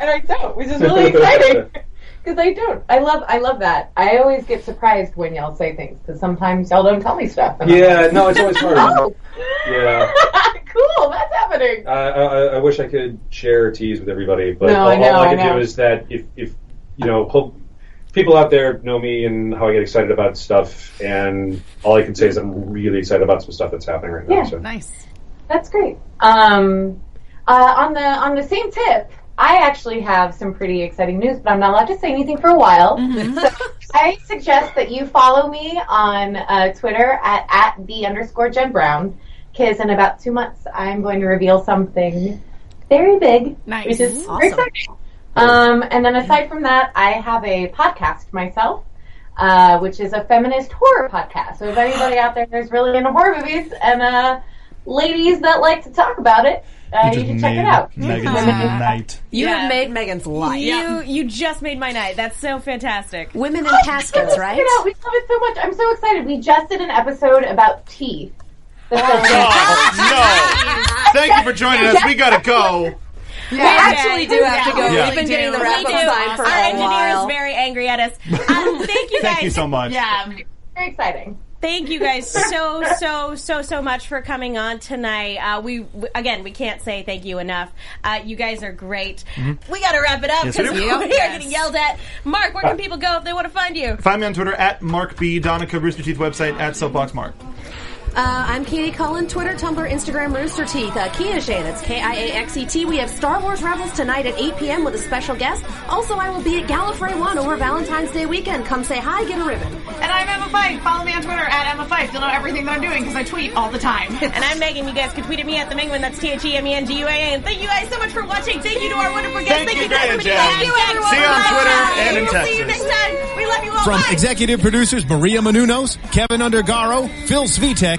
S7: and I don't, which is really exciting because I don't. I love, I love that. I always get surprised when y'all say things because sometimes y'all don't tell me stuff. and I'm
S8: (laughs) Yeah, no, it's always hard.
S7: (laughs) Oh.
S8: Yeah.
S7: like, (laughs) cool, that's happening.
S8: I, I, I wish I could share a tease with everybody, but
S7: No,
S8: all,
S7: I know,
S8: all I
S7: I
S8: can
S7: know.
S8: do is that if, if you know, hope, people out there know me and how I get excited about stuff, and all I can say is I'm really excited about some stuff that's happening right now.
S7: Yeah.
S8: so.
S5: Nice.
S7: That's great. Um, uh, on the on the same tip, I actually have some pretty exciting news, but I'm not allowed to say anything for a while. So I suggest that you follow me on uh, Twitter at at the underscore Jen Brown, because in about two months I'm going to reveal something very big,
S5: Nice.
S7: which is
S4: Awesome.
S7: very exciting. Um, and then aside from that, I have a podcast myself. Uh, which is a feminist horror podcast. So if anybody out there is really into horror movies and uh, ladies that like to talk about it, uh, you,
S6: just
S7: can check it
S6: named
S7: out.
S6: Megan's
S7: Women-
S6: night.
S4: You
S2: Yeah.
S4: have made Megan's life.
S2: You you just made my night. That's so fantastic.
S4: Women in caskets, (laughs)
S7: Check
S4: right?
S7: it out. We love it so much. I'm so excited. We just did an episode about tea. The film.
S6: Oh, no. Thank you for joining us. We gotta go.
S4: We actually do
S2: Yeah.
S4: have to go.
S6: Yeah.
S4: We've been
S2: We
S4: getting
S2: do.
S4: the wrap
S2: We
S4: up
S2: do.
S4: sign for
S2: Our
S4: a
S2: engineer
S4: while.
S2: is very angry (laughs) at us. Um, thank you guys.
S6: Thank you so much.
S5: Yeah.
S7: Very exciting.
S2: Thank you guys so so so so much for coming on tonight. Uh, we w- again we can't say thank you enough. Uh, you guys are great. We got to wrap it up
S6: Mm-hmm. Yes, we
S2: because
S6: do.
S2: we are getting yelled at. Mark, where can people go if they want to find you?
S6: Find me on Twitter at Mark B. Donica Rooster Teeth website at Soapbox Mark.
S4: Uh, I'm Katie Cullen, Twitter, Tumblr, Instagram, Rooster Teeth, uh, Kiaxet, that's K-I-A-X-E-T. E We have Star Wars Rebels tonight at 8 p.m. with a special guest. Also, I will be at Gallifrey 1 over Valentine's Day weekend. Come say hi, get a ribbon.
S5: And I'm Emma Fife. Follow me on Twitter at Emma Fife. You'll know everything that I'm doing because I tweet all the time. (laughs)
S2: And I'm Megan. You guys can tweet at me at the Menguin. That's T H E M E N G U A N. Thank you guys so much for watching. Thank you to our wonderful guests.
S6: Thank you,
S2: guys for
S6: Grant and Jen.
S2: Thank you, everyone.
S6: See you on
S2: Bye.
S6: Twitter and in
S2: we'll See you
S6: Texas.
S2: next time. We love you all. (laughs)
S1: From
S2: Bye.
S1: executive producers Maria Menunos, Kevin Undergaro, Phil Svitek,